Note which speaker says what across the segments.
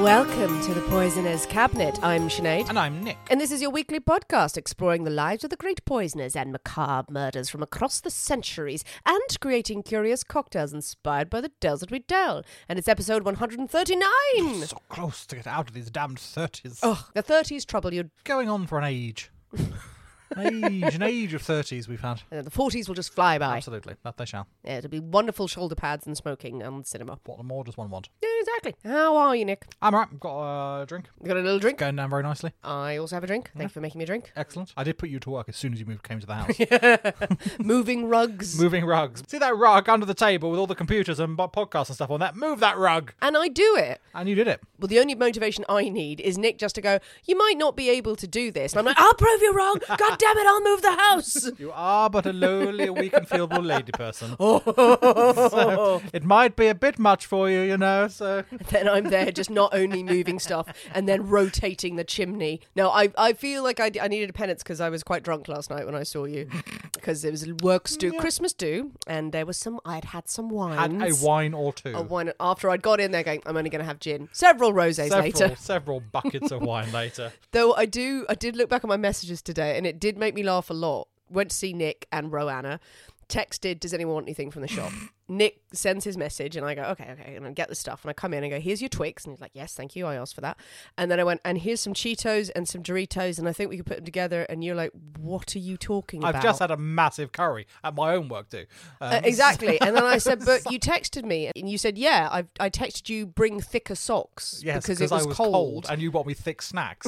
Speaker 1: Welcome to the Poisoner's Cabinet. I'm Sinead.
Speaker 2: And I'm Nick.
Speaker 1: And this is your weekly podcast exploring the lives of the great poisoners and macabre murders from across the centuries and creating curious cocktails inspired by the dells that we dell. And it's episode 139.
Speaker 2: So close to get out of these damned 30s.
Speaker 1: Ugh, the 30s trouble you.
Speaker 2: Going on for an age. An age, an age of 30s we've had.
Speaker 1: And Uh, the 40s will just fly by.
Speaker 2: Absolutely, that they shall.
Speaker 1: Yeah, It'll be wonderful shoulder pads and smoking on cinema.
Speaker 2: What more does one want?
Speaker 1: Yeah, exactly. How are you, Nick?
Speaker 2: I'm right, I've got a drink.
Speaker 1: You got a little drink?
Speaker 2: Going down very nicely.
Speaker 1: I also have a drink. Thank you for making me a drink.
Speaker 2: Excellent. I did put you to work as soon as you moved came to the house.
Speaker 1: Moving rugs.
Speaker 2: Moving rugs. See that rug under the table with all the computers and bo- podcasts and stuff on that? Move that rug!
Speaker 1: and I do it.
Speaker 2: And you did it.
Speaker 1: Well, the only motivation I need is Nick just to go, you might not be able to do this. And I'm like, I'll prove you wrong. God damn it, I'll move the house.
Speaker 2: You are but a lowly, weak, and feeble lady person. So, it might be a bit much for you, you know, so.
Speaker 1: then I'm there just not only moving stuff and then rotating the chimney. No, I, I feel like I, I needed a penance because I was quite drunk last night when I saw you because it was works due, Christmas due, and there was some, I'd had some
Speaker 2: Had
Speaker 1: wines.
Speaker 2: a wine or two.
Speaker 1: A wine after I'd got in there going, I'm only going to have gin. Several roses
Speaker 2: several,
Speaker 1: later.
Speaker 2: several buckets of wine later.
Speaker 1: Though I do, I did look back at my messages today, and it did make me laugh a lot. Went to see Nick and Roanna. Texted, does anyone want anything from the shop? Nick sends his message, and I go, okay, okay, and I get the stuff, and I come in and go, here's your Twix, and he's like, yes, thank you, I asked for that, and then I went, and here's some Cheetos and some Doritos, and I think we could put them together, and you're like, what are you talking about?
Speaker 2: I've just had a massive curry at my own work too. Um,
Speaker 1: Uh, exactly. And then I said, but you texted me and you said, yeah, I've, I texted you bring thicker socks
Speaker 2: Yes,
Speaker 1: because it was,
Speaker 2: I was cold. and you bought me thick snacks.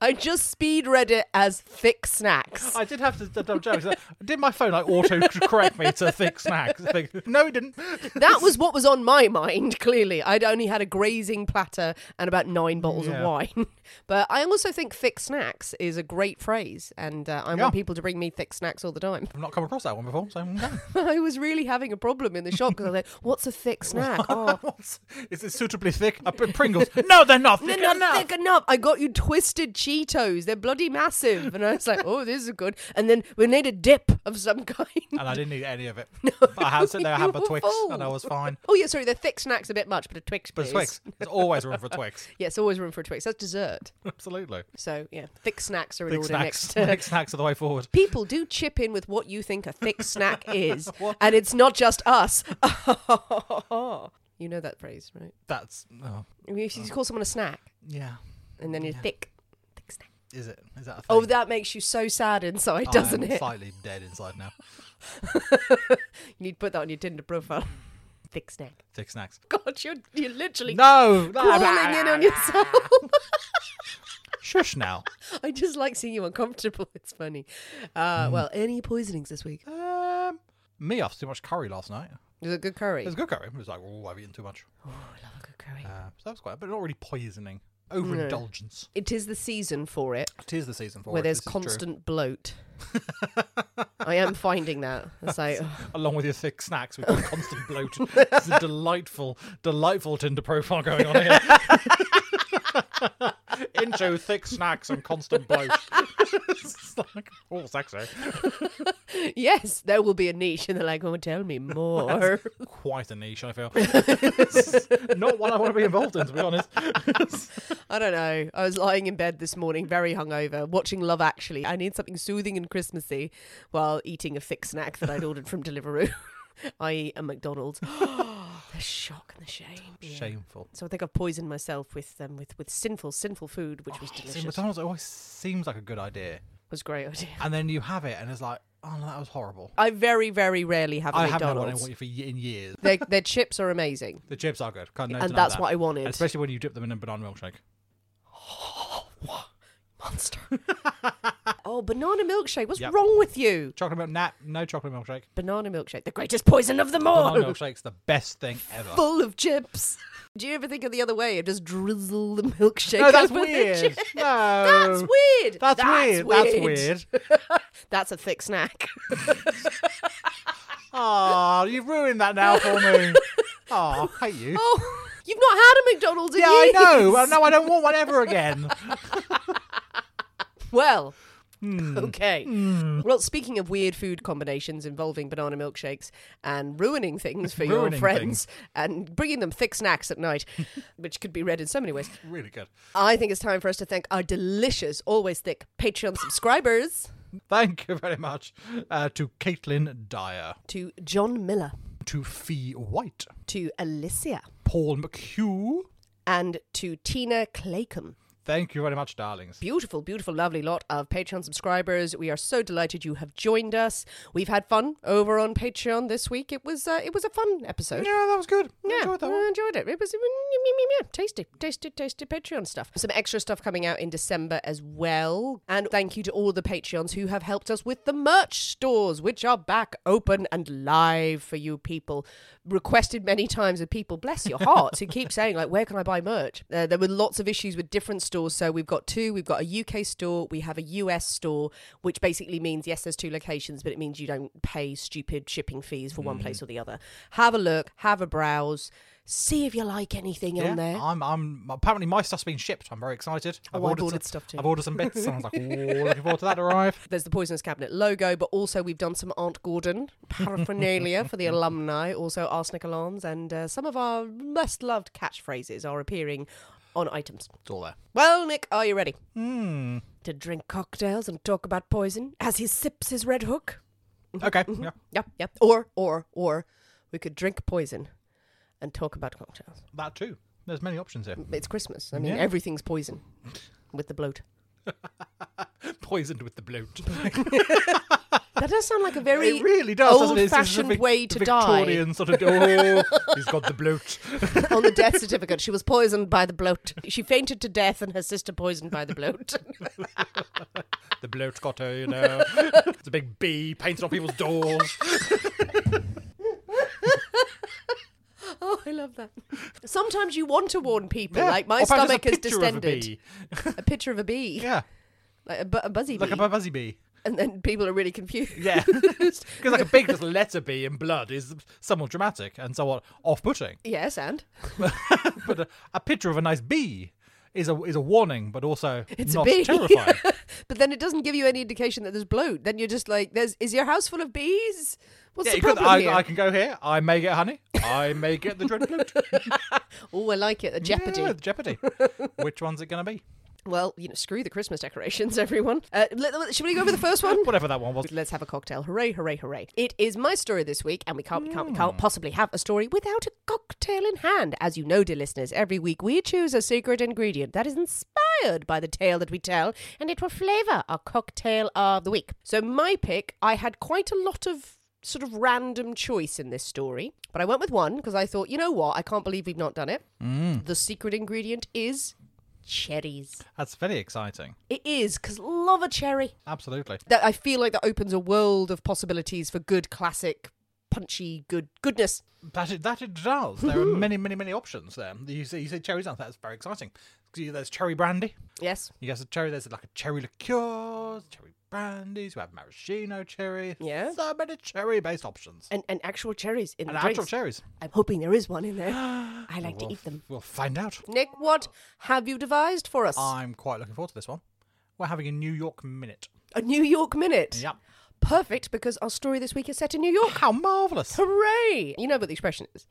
Speaker 1: I just speed read it as thick snacks.
Speaker 2: I did have to d- double check. 'cause I- Did my phone like auto correct me to thick snacks? Think- No, it didn't.
Speaker 1: That was what was on my mind, clearly. I'd only had a grazing platter and about nine bottles of
Speaker 2: Yeah.
Speaker 1: wine. But I also think thick snacks is a great phrase, and uh, I
Speaker 2: Yeah.
Speaker 1: want people to bring me thick snacks all the time.
Speaker 2: I've not come across that one before, so no.
Speaker 1: I was really having a problem in the shop because I was like, what's a thick snack? Oh.
Speaker 2: What's- Is it suitably thick? A pr- Pringles? No, they're not thick
Speaker 1: They're not
Speaker 2: enough.
Speaker 1: thick enough. I got you twisted Cheetos. They're bloody massive. And I was like, oh, this is good. And then we need a dip of some kind.
Speaker 2: And I didn't eat any of it. I had sit there, I had my
Speaker 1: you were
Speaker 2: Twix, and I was
Speaker 1: full.
Speaker 2: fine.
Speaker 1: Oh, yeah, sorry. The thick snack's a bit much, but a Twix,
Speaker 2: But
Speaker 1: please.
Speaker 2: Twix, there's always room for Twix.
Speaker 1: Yes, always room for a Twix. That's dessert.
Speaker 2: Absolutely.
Speaker 1: So yeah, thick snacks are in
Speaker 2: Thick
Speaker 1: order
Speaker 2: snacks.
Speaker 1: next. uh,
Speaker 2: Thick snacks are the way forward.
Speaker 1: People do chip in with what you think a thick snack is, and it's not just us. you know that phrase, right?
Speaker 2: That's oh,
Speaker 1: I mean, if you call someone a snack,
Speaker 2: yeah.
Speaker 1: and then you're thick, thick snack.
Speaker 2: Is it? Is that a thing?
Speaker 1: Oh, that makes you so sad inside, doesn't
Speaker 2: I am
Speaker 1: it?
Speaker 2: Slightly dead Oh, inside now.
Speaker 1: You need to put that on your Tinder profile. thick snack.
Speaker 2: Thick snacks.
Speaker 1: God, you're you're literally
Speaker 2: No,
Speaker 1: crawling in on yourself.
Speaker 2: Shush now.
Speaker 1: I just like seeing you uncomfortable. It's funny.
Speaker 2: Mm.
Speaker 1: Uh, Well, any poisonings this week?
Speaker 2: Um, me after too much curry last night.
Speaker 1: Is it good curry?
Speaker 2: It was good curry. It was like, oh, I've eaten too much.
Speaker 1: Oh, I love a good curry.
Speaker 2: Uh, so that was quite, but not really poisoning. Overindulgence.
Speaker 1: It is the season for it.
Speaker 2: It is the season for
Speaker 1: where
Speaker 2: it,
Speaker 1: there's
Speaker 2: this is true.
Speaker 1: constant bloat. I am finding that. It's like,
Speaker 2: Along with your thick snacks, we've got constant bloat. It's a delightful, delightful Tinder profile going on here. Intro, thick snacks, and constant bloat. it's like, oh, sexy.
Speaker 1: yes, there will be a niche. And they're like, oh, tell me more.
Speaker 2: Quite a niche, I feel. Not one I want to be involved in, to be honest.
Speaker 1: I don't know. I was lying in bed this morning, very hungover, watching Love Actually. I need something soothing and Christmassy while eating a thick snack that I'd ordered from Deliveroo, i.e., a McDonald's. the shock and the shame. Yeah.
Speaker 2: Shameful.
Speaker 1: So I think I've poisoned myself with um, with with sinful, sinful food, which was
Speaker 2: See,
Speaker 1: delicious.
Speaker 2: McDonald's always seems like a good idea,
Speaker 1: was a great idea.
Speaker 2: and then you have it, and it's like, oh, no, that was horrible.
Speaker 1: I very, very rarely have a
Speaker 2: I haven't had one in,
Speaker 1: McDonald's.
Speaker 2: what- for ye- in years.
Speaker 1: their, their chips are amazing.
Speaker 2: The chips are good. Can't no
Speaker 1: And
Speaker 2: deny
Speaker 1: that's
Speaker 2: that.
Speaker 1: what I wanted.
Speaker 2: Especially when you dip them in a banana milkshake.
Speaker 1: Monster. oh, banana milkshake. What's
Speaker 2: Yep.
Speaker 1: wrong with you?
Speaker 2: Chocolate milk, nap, no chocolate milkshake.
Speaker 1: Banana milkshake, the greatest poison of them all.
Speaker 2: Banana milkshake's the best thing ever.
Speaker 1: Full of chips. Do you ever think of the other way and just drizzle the milkshake?
Speaker 2: No, that's
Speaker 1: over the
Speaker 2: weird.
Speaker 1: chip?
Speaker 2: No.
Speaker 1: That's weird.
Speaker 2: That's, weird. That's weird.
Speaker 1: That's a thick snack.
Speaker 2: Oh, you've ruined that now for me. Oh, I hate you.
Speaker 1: Oh, you've not had a McDonald's in
Speaker 2: yeah, I
Speaker 1: years.
Speaker 2: know. Well, no, I don't want one ever again.
Speaker 1: Well, okay. Well, speaking of weird food combinations involving banana milkshakes and ruining things for your
Speaker 2: Ruining
Speaker 1: friends and bringing them thick snacks at night, which could be read in so many ways,
Speaker 2: really good.
Speaker 1: I think it's time for us to thank our delicious, always thick Patreon subscribers
Speaker 2: Thank you very much uh, to Caitlin Dyer,
Speaker 1: to John Miller,
Speaker 2: to Fee White,
Speaker 1: to Alicia,
Speaker 2: Paul McHugh.
Speaker 1: and to Tina Claycomb.
Speaker 2: Thank you very much, darlings.
Speaker 1: Beautiful, beautiful, lovely lot of Patreon subscribers. We are so delighted you have joined us. We've had fun over on Patreon this week. It was uh, it was a fun episode.
Speaker 2: Yeah, that was good. I
Speaker 1: Yeah,
Speaker 2: enjoyed that
Speaker 1: I
Speaker 2: one.
Speaker 1: enjoyed it. It was mm, mm, mm, mm, mm, tasty, tasty, tasty Patreon stuff. Some extra stuff coming out in December as well. And thank you to all the Patreons who have helped us with the merch stores, which are back open and live for you people. Requested many times of people, bless your hearts, who keep saying, like, where can I buy merch? Uh, there were lots of issues with different stores. So we've got two. We've got a UK store. We have a US store, which basically means, yes, there's two locations, but it means you don't pay stupid shipping fees for one place or the other. Have a look, have a browse, see if you like anything
Speaker 2: Yeah,
Speaker 1: on there.
Speaker 2: I'm, I'm. Apparently, my stuff's been shipped. I'm very excited.
Speaker 1: Oh, I've
Speaker 2: some-
Speaker 1: ordered stuff too.
Speaker 2: I've ordered some bits. and I was like, oh, looking forward to that to arrive.
Speaker 1: There's the Poisonous Cabinet logo, but also we've done some Aunt Gordon paraphernalia for the alumni, also arsenic alarms, and uh, some of our most loved catchphrases are appearing on items.
Speaker 2: It's all there.
Speaker 1: Well, Nick, are you ready? To drink cocktails and talk about poison as he sips his red hook?
Speaker 2: Okay. Yeah.
Speaker 1: Yep, yep. Or, or, or we could drink poison and talk about cocktails.
Speaker 2: That too. There's many options here.
Speaker 1: It's Christmas. I mean,
Speaker 2: Yeah.
Speaker 1: everything's poison with the bloat.
Speaker 2: Poisoned with the bloat.
Speaker 1: That does sound like a very
Speaker 2: it really does. doesn't it? It's just a
Speaker 1: old-fashioned
Speaker 2: Vic-
Speaker 1: way to
Speaker 2: Victorian sort of. Oh, he's got the bloat.
Speaker 1: die. On the death certificate, she was poisoned by the bloat. She fainted to death, and her sister poisoned by the bloat.
Speaker 2: The bloat got her. You know, it's a big bee painted on people's doors.
Speaker 1: oh, I love that. Sometimes you want to warn people,
Speaker 2: Yeah.
Speaker 1: like my
Speaker 2: Or perhaps it's
Speaker 1: stomach
Speaker 2: a
Speaker 1: is
Speaker 2: picture of a
Speaker 1: distended.
Speaker 2: bee.
Speaker 1: A picture of a bee,
Speaker 2: Yeah,
Speaker 1: like a, bu- a buzzy
Speaker 2: like
Speaker 1: bee,
Speaker 2: a bu- buzzy bee.
Speaker 1: and then people are really confused.
Speaker 2: Yeah, because like a big just letter B in blood is somewhat dramatic and somewhat off-putting.
Speaker 1: Yes, and
Speaker 2: but a, a picture of a nice bee is a is a warning, but also
Speaker 1: It's a
Speaker 2: not
Speaker 1: bee.
Speaker 2: terrifying.
Speaker 1: but then it doesn't give you any indication that there's bloat. Then you're just like, "There's is your house full of bees? What's
Speaker 2: Yeah,
Speaker 1: the
Speaker 2: you could-
Speaker 1: problem
Speaker 2: I,
Speaker 1: here?"
Speaker 2: I can go here. I may get honey. I may get the dread bloat.
Speaker 1: Oh, I like it. The jeopardy.
Speaker 2: Yeah, Jeopardy. Which one's it going to be?
Speaker 1: Well, you know, screw the Christmas decorations, everyone. Uh, let, should we go over the first one?
Speaker 2: Whatever that one was.
Speaker 1: Let's have a cocktail. Hooray, hooray, hooray. It is my story this week, and we can't, we can't, we can't possibly have a story without a cocktail in hand. As you know, dear listeners, every week we choose a secret ingredient that is inspired by the tale that we tell, and it will flavour our cocktail of the week. So, my pick, I had quite a lot of sort of random choice in this story, but I went with one because I thought, you know what, I can't believe we've not done it. The secret ingredient is cherries.
Speaker 2: That's very exciting.
Speaker 1: It is, because love a cherry
Speaker 2: Absolutely.
Speaker 1: that I feel like that opens a world of possibilities for good classic punchy good goodness.
Speaker 2: That it, that it does. There are many, many, many options there. You say, you say cherries, now, that's very exciting. 'Cause you- There's cherry brandy.
Speaker 1: Yes.
Speaker 2: You guys have cherry. There's like a cherry liqueur, cherry brandies. You have maraschino cherry.
Speaker 1: Yeah.
Speaker 2: So many cherry-based options.
Speaker 1: And and actual cherries in
Speaker 2: And
Speaker 1: the
Speaker 2: actual
Speaker 1: drinks.
Speaker 2: cherries.
Speaker 1: I'm hoping there is one in there. I like to eat them.
Speaker 2: We'll find out.
Speaker 1: Nick, what have you devised for us?
Speaker 2: I'm quite looking forward to this one. We're having a New York minute.
Speaker 1: a New York minute.
Speaker 2: Yep.
Speaker 1: Perfect because our story this week is set in New York.
Speaker 2: How marvelous!
Speaker 1: Hooray! You know what the expression is.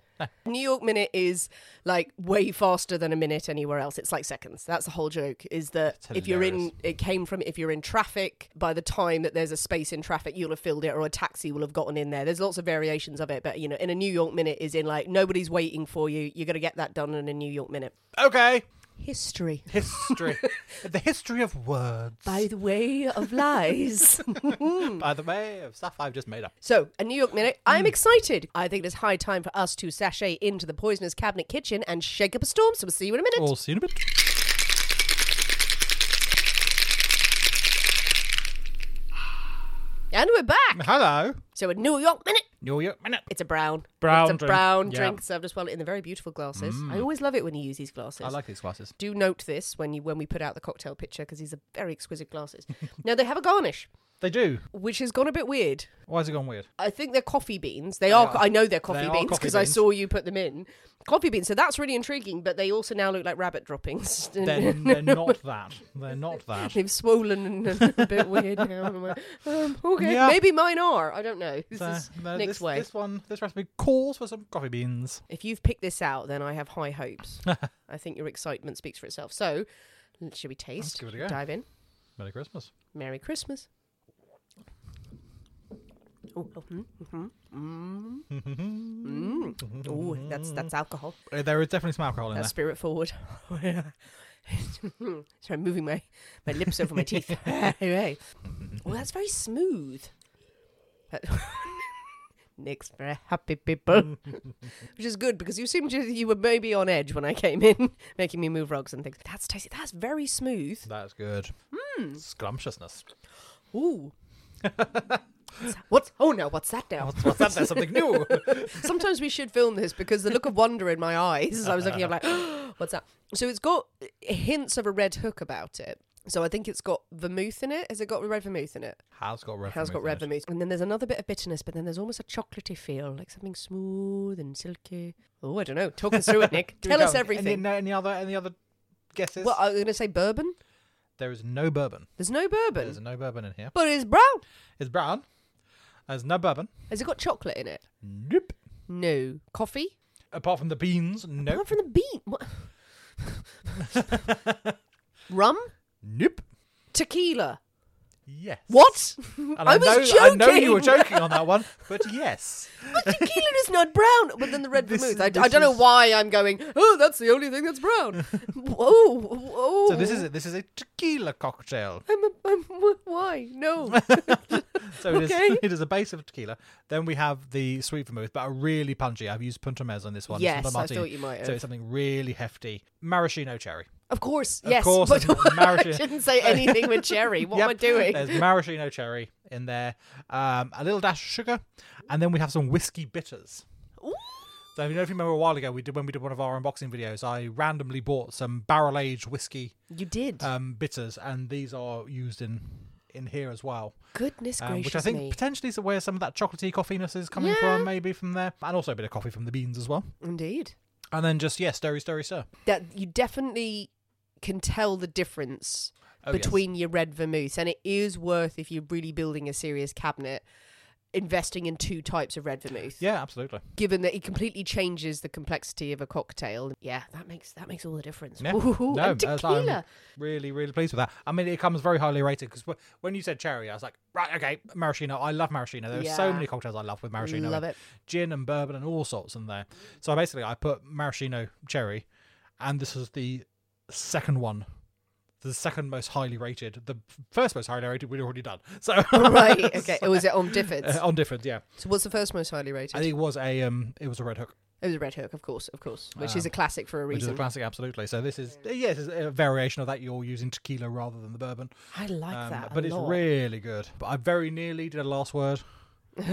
Speaker 1: New York minute is like way faster than a minute anywhere else. It's like seconds. That's the whole joke. Is that
Speaker 2: That's
Speaker 1: if you're in,
Speaker 2: hilarious.
Speaker 1: it came from if you're in traffic. By the time that there's a space in traffic, you'll have filled it, or a taxi will have gotten in there. There's lots of variations of it, but you know, in a New York minute is in like nobody's waiting for you. You're gonna get that done in a New York minute.
Speaker 2: Okay,
Speaker 1: History
Speaker 2: history, the history of words.
Speaker 1: by the way of lies.
Speaker 2: By the way, of stuff I've just made up.
Speaker 1: So, a New York minute.
Speaker 2: Mm.
Speaker 1: I'm excited. I think it's high time for us to sashay into the poisoner's cabinet kitchen and shake up a storm. So, we'll see you in a minute.
Speaker 2: All seen a bit.
Speaker 1: And we're back.
Speaker 2: Hello,
Speaker 1: So, a New York minute.
Speaker 2: New York minute.
Speaker 1: It's a brown.
Speaker 2: Brown
Speaker 1: It's a
Speaker 2: drink.
Speaker 1: brown
Speaker 2: Yeah. Mm.
Speaker 1: drink served as well in the very beautiful glasses. I always love it when you use these glasses.
Speaker 2: I like these glasses.
Speaker 1: Do note this when you when we put out the cocktail picture because these are very exquisite glasses. now, they have a garnish,
Speaker 2: They do.
Speaker 1: which has gone a bit weird.
Speaker 2: Why has it gone weird?
Speaker 1: I think they're coffee beans. They are.
Speaker 2: are.
Speaker 1: I know they're
Speaker 2: They
Speaker 1: coffee
Speaker 2: are
Speaker 1: beans
Speaker 2: coffee
Speaker 1: because I
Speaker 2: beans.
Speaker 1: saw you put them in. Coffee beans. So that's really intriguing, but they also now look like rabbit droppings.
Speaker 2: They're, they're not that. They're not that.
Speaker 1: They've swollen and a bit weird now. I'm like, um, okay,
Speaker 2: Yeah.
Speaker 1: maybe mine are. I don't know. This
Speaker 2: They're-
Speaker 1: is
Speaker 2: they're-
Speaker 1: Nick's
Speaker 2: this,
Speaker 1: way.
Speaker 2: this one, this recipe calls for some coffee beans.
Speaker 1: If you've picked this out, then I have high hopes. I think your excitement speaks for itself. So, should we taste?
Speaker 2: give it a go.
Speaker 1: Dive in.
Speaker 2: Merry Christmas.
Speaker 1: Merry Christmas. Oh, oh, mm, mhm, mm, mm. Ooh, that's that's alcohol.
Speaker 2: Uh, There is definitely some alcohol in
Speaker 1: That's spirit forward. Oh, Sorry, I'm moving my, my lips over my teeth. Hooray. Oh, that's very smooth. That- Nick's very happy people. Which is good because you seemed to, you were maybe on edge when I came in, making me move rugs and things. That's tasty. That's very smooth.
Speaker 2: there. That's good.
Speaker 1: Hmm.
Speaker 2: Scrumptiousness.
Speaker 1: Ooh. What's that- What's oh no, what's that now?
Speaker 2: What's, what's that? There's something new.
Speaker 1: Sometimes we should film this because the look of wonder in my eyes as I was looking, I'm like, what's that? So it's got hints of a red hook about it. So I think it's got vermouth in it. Has it got red vermouth in it?
Speaker 2: How's got red?
Speaker 1: Has got
Speaker 2: vermouth
Speaker 1: red
Speaker 2: in it.
Speaker 1: vermouth. And then there's another bit of bitterness, but then there's almost a chocolatey feel, like something smooth and silky. Oh, I don't know. Talk us through it, Nick.
Speaker 2: Do we
Speaker 1: Tell us
Speaker 2: go-
Speaker 1: everything.
Speaker 2: Any, any other? Any other guesses?
Speaker 1: well, I'm going to say bourbon.
Speaker 2: there is no bourbon.
Speaker 1: There's no bourbon,
Speaker 2: There's no bourbon in here.
Speaker 1: but it's brown.
Speaker 2: It's brown. There's no bourbon.
Speaker 1: Has it got chocolate in it?
Speaker 2: Nope.
Speaker 1: No. Coffee?
Speaker 2: Apart from the beans,
Speaker 1: One
Speaker 2: nope.
Speaker 1: from the bean. What? Rum?
Speaker 2: Nope.
Speaker 1: Tequila?
Speaker 2: Yes.
Speaker 1: What?
Speaker 2: And
Speaker 1: I,
Speaker 2: I,
Speaker 1: was
Speaker 2: know,
Speaker 1: joking.
Speaker 2: I know you were joking on that one, but yes.
Speaker 1: Tequila is not brown, but then the red
Speaker 2: This
Speaker 1: vermouth.
Speaker 2: is-
Speaker 1: I, I
Speaker 2: this
Speaker 1: don't know
Speaker 2: is-
Speaker 1: why I'm going. Oh, that's the only thing that's brown. whoa, whoa.
Speaker 2: So this is it. This is a tequila cocktail.
Speaker 1: I'm, a, I'm why? No.
Speaker 2: So it is.
Speaker 1: Okay.
Speaker 2: It is a base of tequila. Then we have the sweet vermouth, but a really punchy. I've used punta mez on this one. It's
Speaker 1: Yes,
Speaker 2: not a
Speaker 1: I
Speaker 2: martini.
Speaker 1: thought you might
Speaker 2: So
Speaker 1: have.
Speaker 2: it's something really hefty. Maraschino cherry.
Speaker 1: Of course,
Speaker 2: Of
Speaker 1: yes.
Speaker 2: course,
Speaker 1: but
Speaker 2: it's
Speaker 1: I
Speaker 2: maraschino.
Speaker 1: shouldn't say anything with cherry. What am I
Speaker 2: Yep, There's
Speaker 1: doing?
Speaker 2: maraschino cherry in there, um, a little dash of sugar, and then we have some whiskey bitters.
Speaker 1: Ooh.
Speaker 2: So if you know if you remember a while ago, we did when we did one of our unboxing videos, I randomly bought some barrel aged whiskey
Speaker 1: You did.
Speaker 2: um, bitters, and these are used in in here as well,
Speaker 1: Goodness
Speaker 2: um,
Speaker 1: gracious
Speaker 2: which I think
Speaker 1: me.
Speaker 2: potentially is where some of that chocolatey coffiness is coming
Speaker 1: Yeah.
Speaker 2: from, maybe from there, and also a bit of coffee from the beans as well.
Speaker 1: Indeed.
Speaker 2: And then just yeah, stirry, stirry, stir.
Speaker 1: that you definitely can tell the difference
Speaker 2: Oh, yes.
Speaker 1: between your red vermouth and it is worth if you're really building a serious cabinet investing in two types of red vermouth
Speaker 2: Yeah, absolutely.
Speaker 1: given that it completely changes the complexity of a cocktail yeah that makes that makes all the difference
Speaker 2: Yeah.
Speaker 1: Ooh,
Speaker 2: no,
Speaker 1: and
Speaker 2: as I'm
Speaker 1: tequila
Speaker 2: really, really pleased with that. I mean, it comes very highly rated because when you said cherry, I was like, right, okay, maraschino. I love maraschino. There are
Speaker 1: Yeah.
Speaker 2: so many cocktails I love with maraschino.
Speaker 1: Love
Speaker 2: in.
Speaker 1: it.
Speaker 2: Gin and bourbon and all sorts in there. So basically, I put maraschino cherry, and this is the second one. The second most highly rated. The first most highly rated we'd already done. So
Speaker 1: right okay it was it on difference
Speaker 2: on different, yeah.
Speaker 1: so what's the first most highly rated Oh,
Speaker 2: And it was a um, it was a red hook.
Speaker 1: it was red hook of course of course which is a classic for a
Speaker 2: Which is a
Speaker 1: reason
Speaker 2: classic, absolutely. So this is yeah, this is a variation of that. You're using tequila rather than the bourbon.
Speaker 1: i like
Speaker 2: Um,
Speaker 1: that a
Speaker 2: but it's
Speaker 1: lot.
Speaker 2: really good. But I very nearly did a last word. Uh.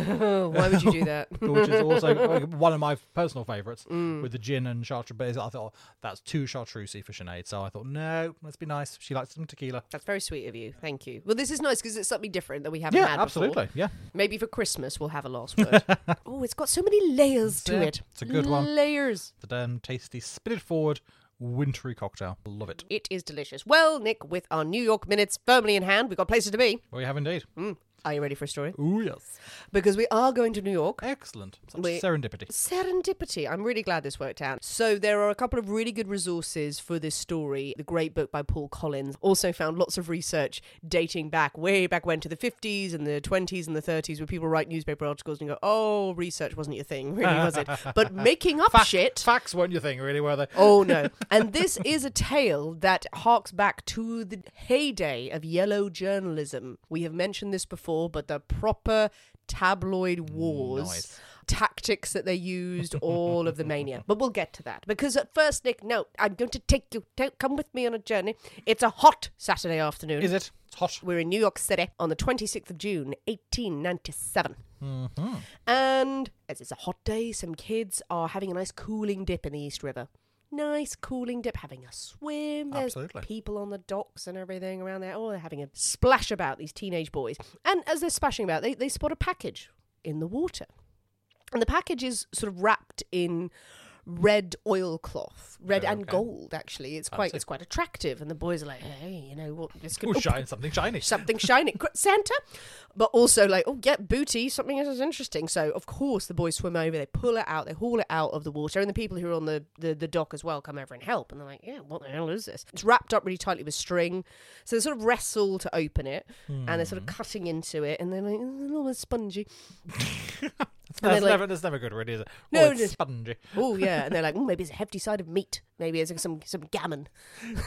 Speaker 1: Why would you do that?
Speaker 2: which is also like, one of my personal favourites
Speaker 1: Mm.
Speaker 2: with the gin and chartreuse. But I thought that's too chartreusey for Sinead, so I thought no, let's be nice. She likes some tequila.
Speaker 1: That's very sweet of you. Thank you. Well, this is nice because it's something different that we haven't
Speaker 2: Yeah,
Speaker 1: had before.
Speaker 2: absolutely. Yeah,
Speaker 1: Maybe for Christmas we'll have a last word. oh, it's got so many layers to
Speaker 2: Yeah,
Speaker 1: it.
Speaker 2: it's a good one.
Speaker 1: Layers.
Speaker 2: the damn tasty, spit it forward, wintry cocktail. Love it.
Speaker 1: It is delicious. Well, Nick, with our New York minutes firmly in hand, we've got places to be.
Speaker 2: We have indeed.
Speaker 1: Mm. Are you ready for a story?
Speaker 2: Ooh yes,
Speaker 1: Because we are going to New York.
Speaker 2: excellent. Such
Speaker 1: We-
Speaker 2: serendipity.
Speaker 1: Serendipity. I'm really glad this worked out. So, there are a couple of really good resources for this story. The great book by Paul Collins also found lots of research dating back way back when to the 50s and the 20s and the 30s, where people write newspaper articles and go, Oh, research wasn't your thing, really, was it? But making up shit.
Speaker 2: Facts weren't your thing, really, were they?
Speaker 1: Oh no. And this is a tale that harks back to the heyday of yellow journalism. We have mentioned this before, but the proper tabloid wars.
Speaker 2: Nice.
Speaker 1: Tactics that they used, all of the mania. But we'll get to that. Because at first, Nick, no, I'm going to take you, don't come with me on a journey. It's a hot Saturday afternoon.
Speaker 2: Is it? It's hot.
Speaker 1: We're in New York City on the 26th of June, 1897.
Speaker 2: Mm-hmm.
Speaker 1: And as it's a hot day, some kids are having a nice cooling dip in the East River. Nice cooling dip, having a swim. There's
Speaker 2: Absolutely.
Speaker 1: people on the docks and everything around there. Oh, they're having a splash about, these teenage boys. And as they're splashing about, they, they spot a package in the water. And the package is sort of wrapped in red oilcloth, red and gold, actually. It's quite
Speaker 2: Fancy.
Speaker 1: it's quite attractive. And the boys are like, hey, you know, what? It's
Speaker 2: Ooh,
Speaker 1: oh,
Speaker 2: shine something shiny.
Speaker 1: something shiny Gr- santa but also like oh yeah booty something else is interesting so of course the boys swim over they pull it out they haul it out of the water and the people who are on the, the the dock as well come over and help and they're like yeah what the hell is this it's wrapped up really tightly with string so they sort of wrestle to open it and they're sort of cutting into it and they're like "Oh, it's almost spongy
Speaker 2: That's,
Speaker 1: like-
Speaker 2: never, that's never good, really, is it?
Speaker 1: No,
Speaker 2: oh, it's
Speaker 1: no.
Speaker 2: spongy.
Speaker 1: oh yeah and they're like "Ooh, maybe it's a hefty side of meat maybe it's like some some gammon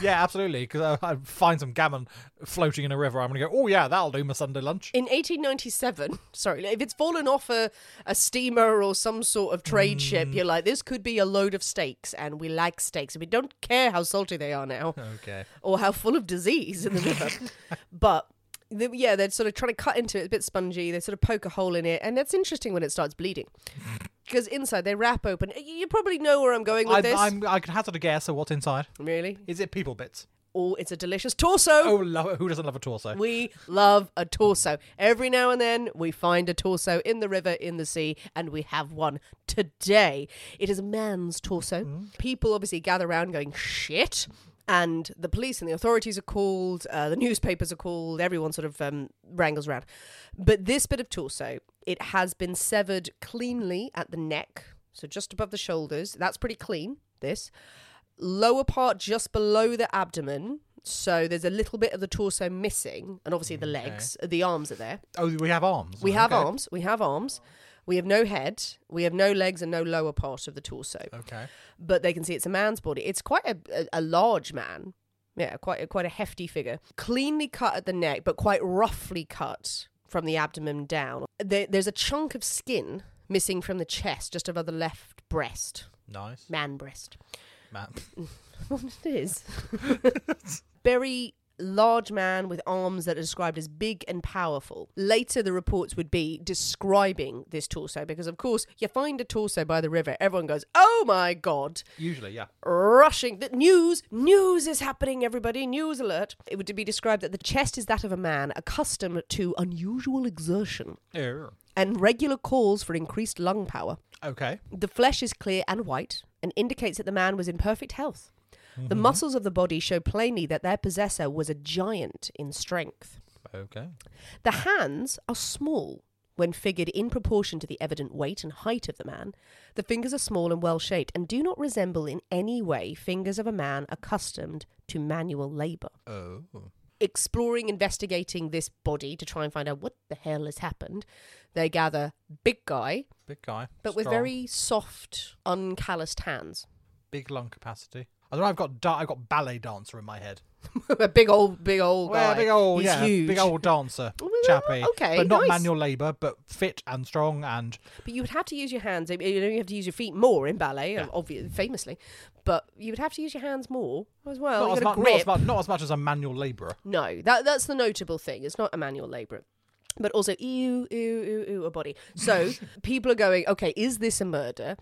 Speaker 2: Yeah, absolutely. Because I, I find some gammon floating in a river, I'm going to go, oh, yeah, that'll do my Sunday lunch.
Speaker 1: In 1897, sorry, if it's fallen off a, a steamer or some sort of trade
Speaker 2: Mm.
Speaker 1: ship, you're like, this could be a load of steaks, and we like steaks, and we don't care how salty they are now
Speaker 2: Okay.
Speaker 1: or how full of disease in the river. but the, yeah, they're sort of trying to cut into it, it's a bit spongy. They sort of poke a hole in it, and that's interesting when it starts bleeding. Because inside they wrap open. You- You probably know where I'm going with
Speaker 2: I,
Speaker 1: this.
Speaker 2: I'm, I could hazard a guess at what's inside.
Speaker 1: Really?
Speaker 2: Is it people bits?
Speaker 1: Or it's a delicious torso.
Speaker 2: Oh, love, who doesn't love a torso?
Speaker 1: We love a torso. Every now and then we find a torso in the river, in the sea, and we have one today. It is a man's torso. People obviously gather around going, shit. And the police and the authorities are called, uh, the newspapers are called, everyone sort of um, wrangles around. But this bit of torso, it has been severed cleanly at the neck, so just above the shoulders. That's pretty clean, this lower part just below the abdomen. So there's a little bit of the torso missing, and obviously the legs, uh, the arms are there.
Speaker 2: oh, we have arms.
Speaker 1: We have
Speaker 2: Okay.
Speaker 1: arms. We have arms. We have no head. We have no legs and no lower part of the torso.
Speaker 2: Okay.
Speaker 1: But they can see it's a man's body. It's quite a, a, a large man. Yeah, quite a, quite a hefty figure. Cleanly cut at the neck, but quite roughly cut from the abdomen down. There, there's a chunk of skin missing from the chest, just above the left breast,
Speaker 2: Nice.
Speaker 1: man breast.
Speaker 2: Man.
Speaker 1: Well, it is. Very large man with arms that are described as big and powerful. Later, the reports would be describing this torso because, of course, you find a torso by the river, everyone goes, oh my god,
Speaker 2: Usually, yeah.
Speaker 1: rushing. The news, news is happening, everybody, news alert. It would be described that the chest is that of a man accustomed to unusual exertion
Speaker 2: Err.
Speaker 1: and regular calls for increased lung power.
Speaker 2: Okay.
Speaker 1: The flesh is clear and white and indicates that the man was in perfect health. The muscles of the body show plainly that their possessor was a giant in strength.
Speaker 2: Okay.
Speaker 1: The hands are small when figured in proportion to the evident weight and height of the man. The fingers are small and well shaped and do not resemble in any way fingers of a man accustomed to manual labor
Speaker 2: Oh.
Speaker 1: exploring, investigating this body to try and find out what the hell has happened. They gather big guy,
Speaker 2: Big guy.
Speaker 1: but with
Speaker 2: strong,
Speaker 1: very soft, uncalloused hands.
Speaker 2: Big lung capacity. I don't know, I've got, da- I've got ballet dancer in my head.
Speaker 1: a big old, big old guy.
Speaker 2: Well, big old,
Speaker 1: He's
Speaker 2: yeah,
Speaker 1: huge.
Speaker 2: big old dancer,
Speaker 1: Well, well,
Speaker 2: chappy.
Speaker 1: okay,
Speaker 2: but not
Speaker 1: nice.
Speaker 2: manual labour, but fit and strong and
Speaker 1: But you would have to use your hands. You know, you have to use your feet more in ballet, obviously, famously. But you would have to use your hands more as well.
Speaker 2: not,
Speaker 1: Oh, You
Speaker 2: as
Speaker 1: got
Speaker 2: much,
Speaker 1: a
Speaker 2: not
Speaker 1: grip.
Speaker 2: as much, not as much as a manual labourer.
Speaker 1: No, that that's the notable thing. It's not a manual labour. but also ew, ew, ew, ew, a body. So people are going, okay, is this a murder,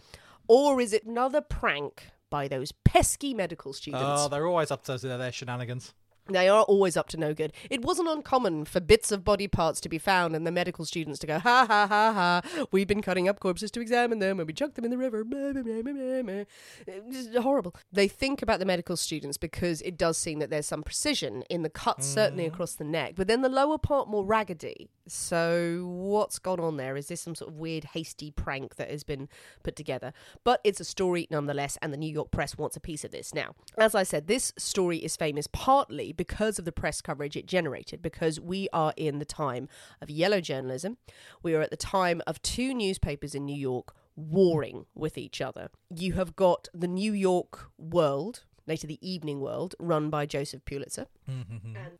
Speaker 1: or is it another prank by those pesky medical students?
Speaker 2: Oh, they're always up to their, their shenanigans.
Speaker 1: They are always up to no good. It wasn't uncommon for bits of body parts to be found and the medical students to go, ha ha ha ha, we've been cutting up corpses to examine them and we chucked them in the river. Blah, blah, blah, blah, blah, blah." It's just horrible. They think about the medical students because it does seem that there's some precision in the cut, certainly across the neck, but then the lower part more raggedy. So what's gone on there? Is this some sort of weird, hasty prank that has been put together? But it's a story nonetheless, and the New York press wants a piece of this. Now, as I said, this story is famous partly because of the press coverage it generated, because we are in the time of yellow journalism. We are at the time of two newspapers in New York warring with each other. You have got the New York World, later the Evening World, run by Joseph Pulitzer.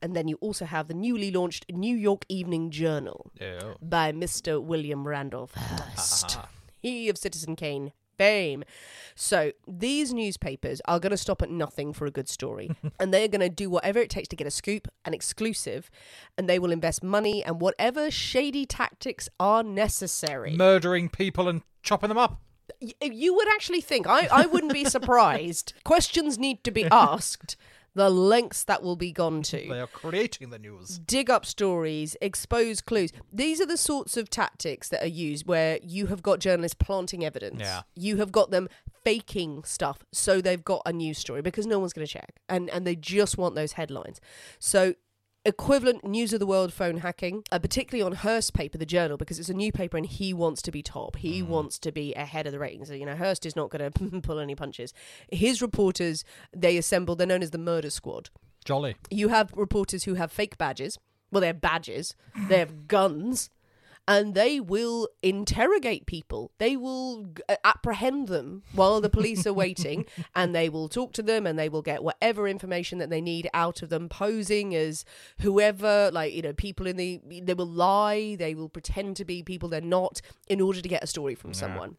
Speaker 1: And then you also have the newly launched New York Evening Journal
Speaker 2: Yeah.
Speaker 1: by Mr. William Randolph Hearst, he of Citizen Kane fame. So these newspapers are going to stop at nothing for a good story, and they're going to do whatever it takes to get a scoop, an exclusive, and they will invest money and whatever shady tactics are necessary.
Speaker 2: Murdering people and chopping them up.
Speaker 1: Y- you would actually think I, I wouldn't be surprised. Questions need to be asked. The lengths that will be gone to
Speaker 2: They are creating the news.
Speaker 1: dig up stories, expose clues. These are the sorts of tactics that are used where you have got journalists planting evidence.
Speaker 2: Yeah.
Speaker 1: You have got them faking stuff so they've got a news story because no one's going to check and and they just want those headlines. So equivalent news of the world phone hacking uh, particularly on hearst paper the journal because it's a new paper and he wants to be top he wants to be ahead of the ratings you know hearst is not going to pull any punches his reporters they assemble they're known as the murder squad
Speaker 2: Jolly.
Speaker 1: you have reporters who have fake badges. Well, they have badges. They have guns, and they will interrogate people. They will uh, apprehend them while the police are waiting, and they will talk to them, and they will get whatever information that they need out of them, posing as whoever, like you know, people in the. They will lie. They will pretend to be people they're not in order to get a story from someone.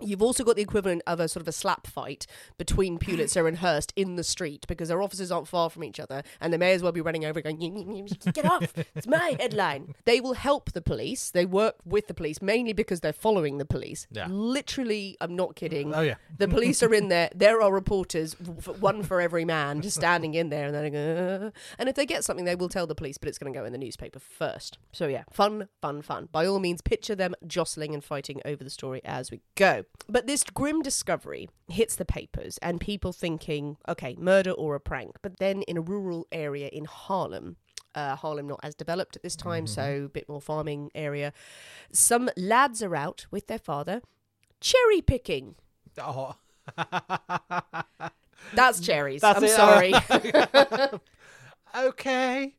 Speaker 1: You've also got the equivalent of a sort of a slap fight between Pulitzer and Hearst in the street because their offices aren't far from each other and they may as well be running over going, "Yim, yim, yim, get off, it's my headline. They will help the police. They work with the police mainly because they're following the police.
Speaker 2: Yeah.
Speaker 1: Literally, I'm not kidding.
Speaker 2: Oh, yeah.
Speaker 1: The police are in there. There are reporters, f- one for every man, just standing in there and they're going, "Uh." and if they get something, they will tell the police, but it's going to go in the newspaper first. So, yeah, fun, fun, fun. By all means, picture them jostling and fighting over the story as we go. But this grim discovery hits the papers and people thinking, okay, murder or a prank. But then in a rural area in Harlem, uh, Harlem not as developed at this time,
Speaker 2: Mm-hmm.
Speaker 1: so a bit more farming area. Some lads are out with their father cherry picking.
Speaker 2: Oh.
Speaker 1: That's cherries.
Speaker 2: That's
Speaker 1: I'm
Speaker 2: it.
Speaker 1: sorry.
Speaker 2: okay.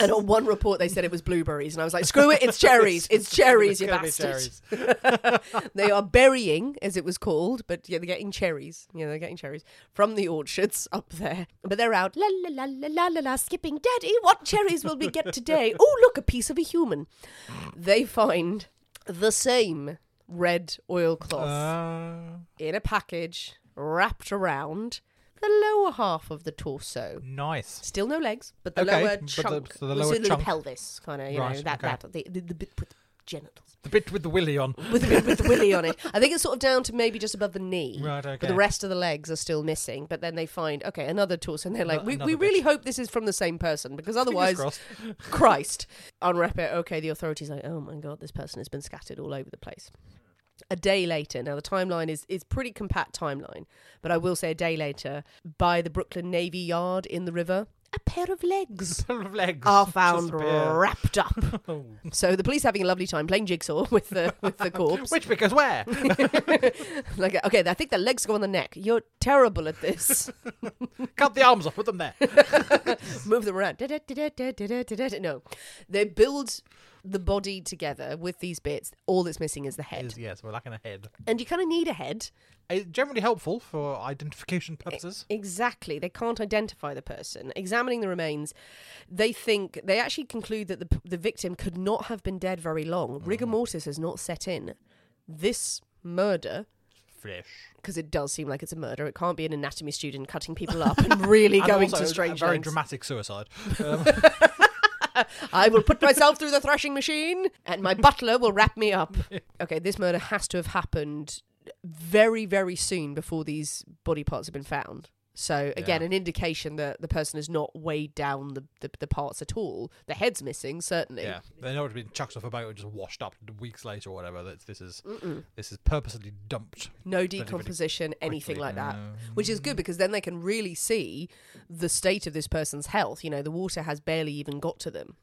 Speaker 1: and on one report, they said it was blueberries, and I was like, "Screw it! It's cherries! It's cherries,
Speaker 2: It's
Speaker 1: you
Speaker 2: gonna be
Speaker 1: bastard!"
Speaker 2: cherries.
Speaker 1: they are burying, as it was called, but yeah, they're getting cherries. Yeah, they're getting cherries from the orchards up there. But they're out, la la la la la la la, skipping. Daddy, what cherries will we get today? Oh, look, a piece of a human. They find the same red oilcloth
Speaker 2: Uh,
Speaker 1: in a package wrapped around the lower half of the torso.
Speaker 2: nice.
Speaker 1: Still no legs, but the
Speaker 2: Okay,
Speaker 1: lower
Speaker 2: but the-
Speaker 1: chunk,
Speaker 2: so the lower chunk.
Speaker 1: pelvis, kind of, you know,
Speaker 2: Right,
Speaker 1: that,
Speaker 2: okay.
Speaker 1: that the, the, the bit with genitals,
Speaker 2: The bit with the willy on.
Speaker 1: with the bit with the willy on it. I think it's sort of down to maybe just above the knee.
Speaker 2: Right,
Speaker 1: But
Speaker 2: okay.
Speaker 1: the rest of the legs are still missing. But then they find okay another torso, and they're like,
Speaker 2: Ano-
Speaker 1: we, we
Speaker 2: another bit.
Speaker 1: really hope this is from the same person because otherwise,
Speaker 2: crossed.
Speaker 1: Christ, unwrap it. Okay, the authorities are like, oh my god, this person has been scattered all over the place. A day later, now the timeline is is pretty compact timeline, but I will say a day later by the Brooklyn Navy Yard in the river, a pair of legs
Speaker 2: Pair of legs.
Speaker 1: are found
Speaker 2: disappear.
Speaker 1: wrapped up. so the police are having a lovely time playing jigsaw with the with the corpse.
Speaker 2: Which because where?
Speaker 1: like, okay, I think the legs go on the neck. You're terrible at this.
Speaker 2: Cut the arms off, put them there.
Speaker 1: Move them around. Da-da-da-da-da-da-da-da-da. No, they build the body together with these bits. All that's missing is the head,
Speaker 2: yes, we're lacking a head.
Speaker 1: and you kind of need a head.
Speaker 2: It's generally helpful for identification purposes.
Speaker 1: Exactly. They can't identify the person. Examining the remains, they think they actually conclude that the the victim could not have been dead very long. Rigor mortis has not set in. This murder
Speaker 2: Flesh.
Speaker 1: because it does seem like it's a murder. It can't be an anatomy student cutting people up and really going
Speaker 2: also
Speaker 1: to
Speaker 2: a
Speaker 1: strange
Speaker 2: Very
Speaker 1: lengths.
Speaker 2: dramatic suicide.
Speaker 1: I will put myself through the thrashing machine and my butler will wrap me up. Okay, this murder has to have happened very, very soon before these body parts have been found. So again,
Speaker 2: Yeah.
Speaker 1: an indication that the person has not weighed down the, the, the parts at all. The head's missing, certainly.
Speaker 2: Yeah, they know it's been chucked off a boat and just washed up weeks later or whatever. That this is this is purposely dumped.
Speaker 1: no decomposition, anything
Speaker 2: quickly.
Speaker 1: like that. Which is good because then they can really see the state of this person's health. You know, the water has barely even got to them.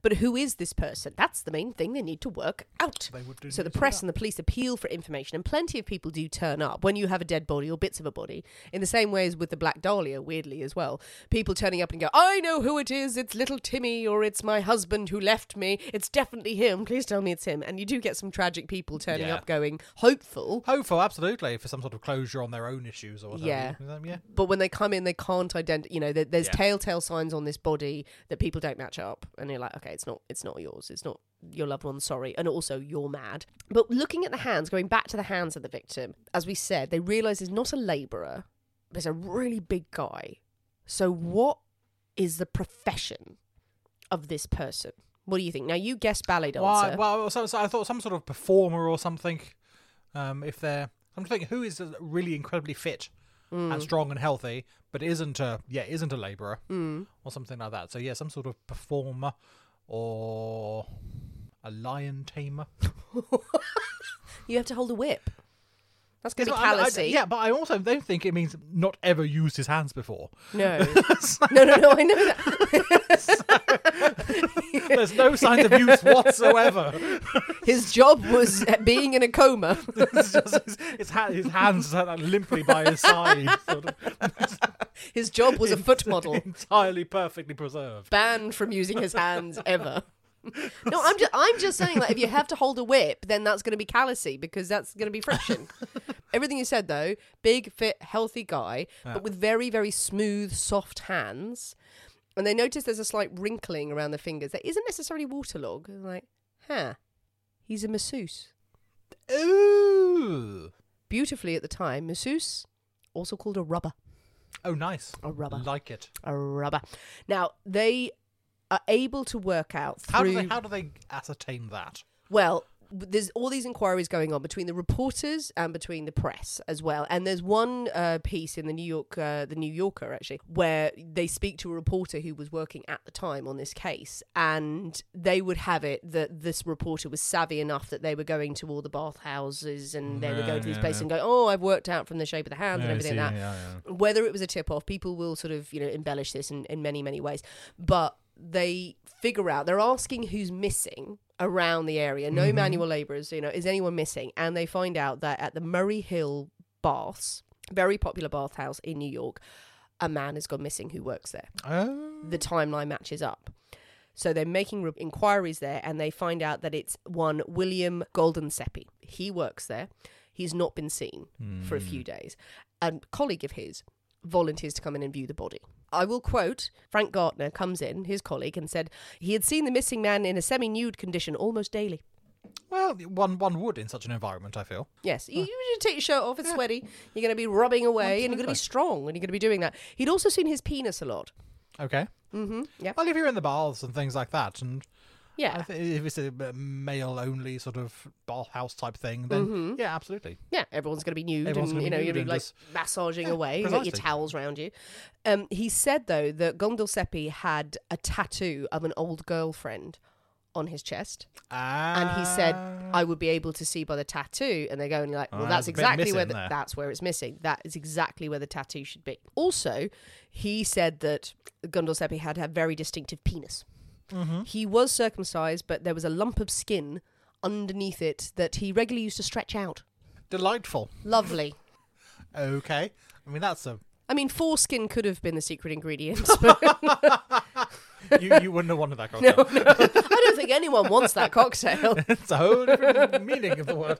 Speaker 1: But who is this person? That's the main thing they need to work out.
Speaker 2: They would do
Speaker 1: So the
Speaker 2: need to
Speaker 1: press
Speaker 2: know.
Speaker 1: and the police appeal for information, and plenty of people do turn up when you have a dead body or bits of a body. In the same way as with the Black Dahlia, weirdly as well, people turning up and go, "I know who it is. It's little Timmy, or it's my husband who left me. It's definitely him. Please tell me it's him." And you do get some tragic people turning
Speaker 2: Yeah.
Speaker 1: up, going hopeful,
Speaker 2: Hopeful, absolutely, for some sort of closure on their own issues or whatever.
Speaker 1: Yeah.
Speaker 2: yeah.
Speaker 1: but when they come in, they can't identify. You know, there, there's
Speaker 2: Yeah.
Speaker 1: telltale signs on this body that people don't match up, and you're like, okay, it's not, it's not yours, it's not your loved one. Sorry, and also you're mad. But looking at the hands, going back to the hands of the victim, as we said, they realise he's not a labourer, but he's a really big guy. So what is the profession of this person? What do you think? Now you guess ballet dancer.
Speaker 2: Why? Well, so, so I thought some sort of performer or something. Um, if they're, I'm just thinking who is really incredibly fit and strong and healthy, but isn't a yeah isn't a labourer or something like that. So yeah, some sort of performer or a lion tamer.
Speaker 1: you have to hold a whip. That's gonna be
Speaker 2: It's not- I- I-
Speaker 1: callousy.
Speaker 2: yeah, but I also don't think it means not ever used his hands before.
Speaker 1: No. no, no, no. I know that.
Speaker 2: There's no signs of use whatsoever.
Speaker 1: His job was being in a coma.
Speaker 2: It's just his, his, ha- his hands are limply by his side, sort of
Speaker 1: His job was a foot model,
Speaker 2: entirely perfectly preserved.
Speaker 1: banned from using his hands ever. No, I'm just I'm just saying that if you have to hold a whip, then that's going to be callousy because that's going to be friction. Everything you said though, big, fit, healthy guy, but with very, very smooth, soft hands. And they notice there's a slight wrinkling around the fingers that isn't necessarily waterlogged. They're like, huh, he's a masseuse.
Speaker 2: Ooh.
Speaker 1: Beautifully at the time, masseuse, also called a rubber.
Speaker 2: Oh, nice.
Speaker 1: A rubber.
Speaker 2: Like it.
Speaker 1: a rubber. Now they are able to work out through.
Speaker 2: How do they? How do they ascertain that?
Speaker 1: well, there's all these inquiries going on between the reporters and between the press as well. And there's one uh, piece in the New York, uh, the New Yorker actually, where they speak to a reporter who was working at the time on this case, and they would have it that this reporter was savvy enough that they were going to all the bathhouses and they would go to these places and go, "Oh, I've worked out from the shape of the hands and everything like that." whether it was a tip off, people will sort of, you know, embellish this in, in many, many ways. But they figure out, they're asking who's missing around the area. No manual laborers, you know, is anyone missing? And they find out that at the Murray Hill Baths, very popular bathhouse in New York, a man has gone missing who works there
Speaker 2: Oh,
Speaker 1: the timeline matches up. So they're making re- inquiries there and they find out that it's one William Golden Seppi. He works there. He's not been seen for a few days. A colleague of his volunteers to come in and view the body. I will quote Frank Gartner comes in, his colleague, and said he had seen the missing man in a semi nude condition almost daily.
Speaker 2: well, one one would in such an environment. I feel.
Speaker 1: Yes, you, you should take your shirt off. It's sweaty. You're going to be rubbing away and you're going to be
Speaker 2: Absolutely.
Speaker 1: strong and you're going to be doing that. He'd also seen his penis a lot.
Speaker 2: Okay.
Speaker 1: hmm Yeah.
Speaker 2: Well, if you're in the baths and things like that, and
Speaker 1: Yeah.
Speaker 2: I thi- if it's a male only sort of bathhouse type thing, then
Speaker 1: Mm-hmm.
Speaker 2: yeah, absolutely.
Speaker 1: Yeah, everyone's going to be nude,
Speaker 2: Everyone's
Speaker 1: and
Speaker 2: gonna
Speaker 1: you
Speaker 2: be
Speaker 1: know,
Speaker 2: nude
Speaker 1: you're gonna be,
Speaker 2: and
Speaker 1: like
Speaker 2: just-
Speaker 1: massaging
Speaker 2: Yeah,
Speaker 1: away. You've got your
Speaker 2: precisely.
Speaker 1: towels around you. Um, he said though that Gondel Seppi had a tattoo of an old girlfriend on his chest, and he said,
Speaker 2: Ah.
Speaker 1: "I would be able to see by the tattoo." And they're going like, "Well,
Speaker 2: Ah,
Speaker 1: that's
Speaker 2: there's a bit
Speaker 1: exactly where
Speaker 2: missing
Speaker 1: the-
Speaker 2: there.
Speaker 1: that's where it's missing. That is exactly where the tattoo should be." Also, he said that Gondel Seppi had a very distinctive penis.
Speaker 2: Mm-hmm.
Speaker 1: He was circumcised, but there was a lump of skin underneath it that he regularly used to stretch out.
Speaker 2: delightful.
Speaker 1: Lovely.
Speaker 2: Okay. I mean, that's a
Speaker 1: I mean, foreskin could have been the secret ingredient, but
Speaker 2: you you wouldn't have wanted that cocktail.
Speaker 1: I don't think anyone wants that cocktail.
Speaker 2: It's a whole different meaning of the word.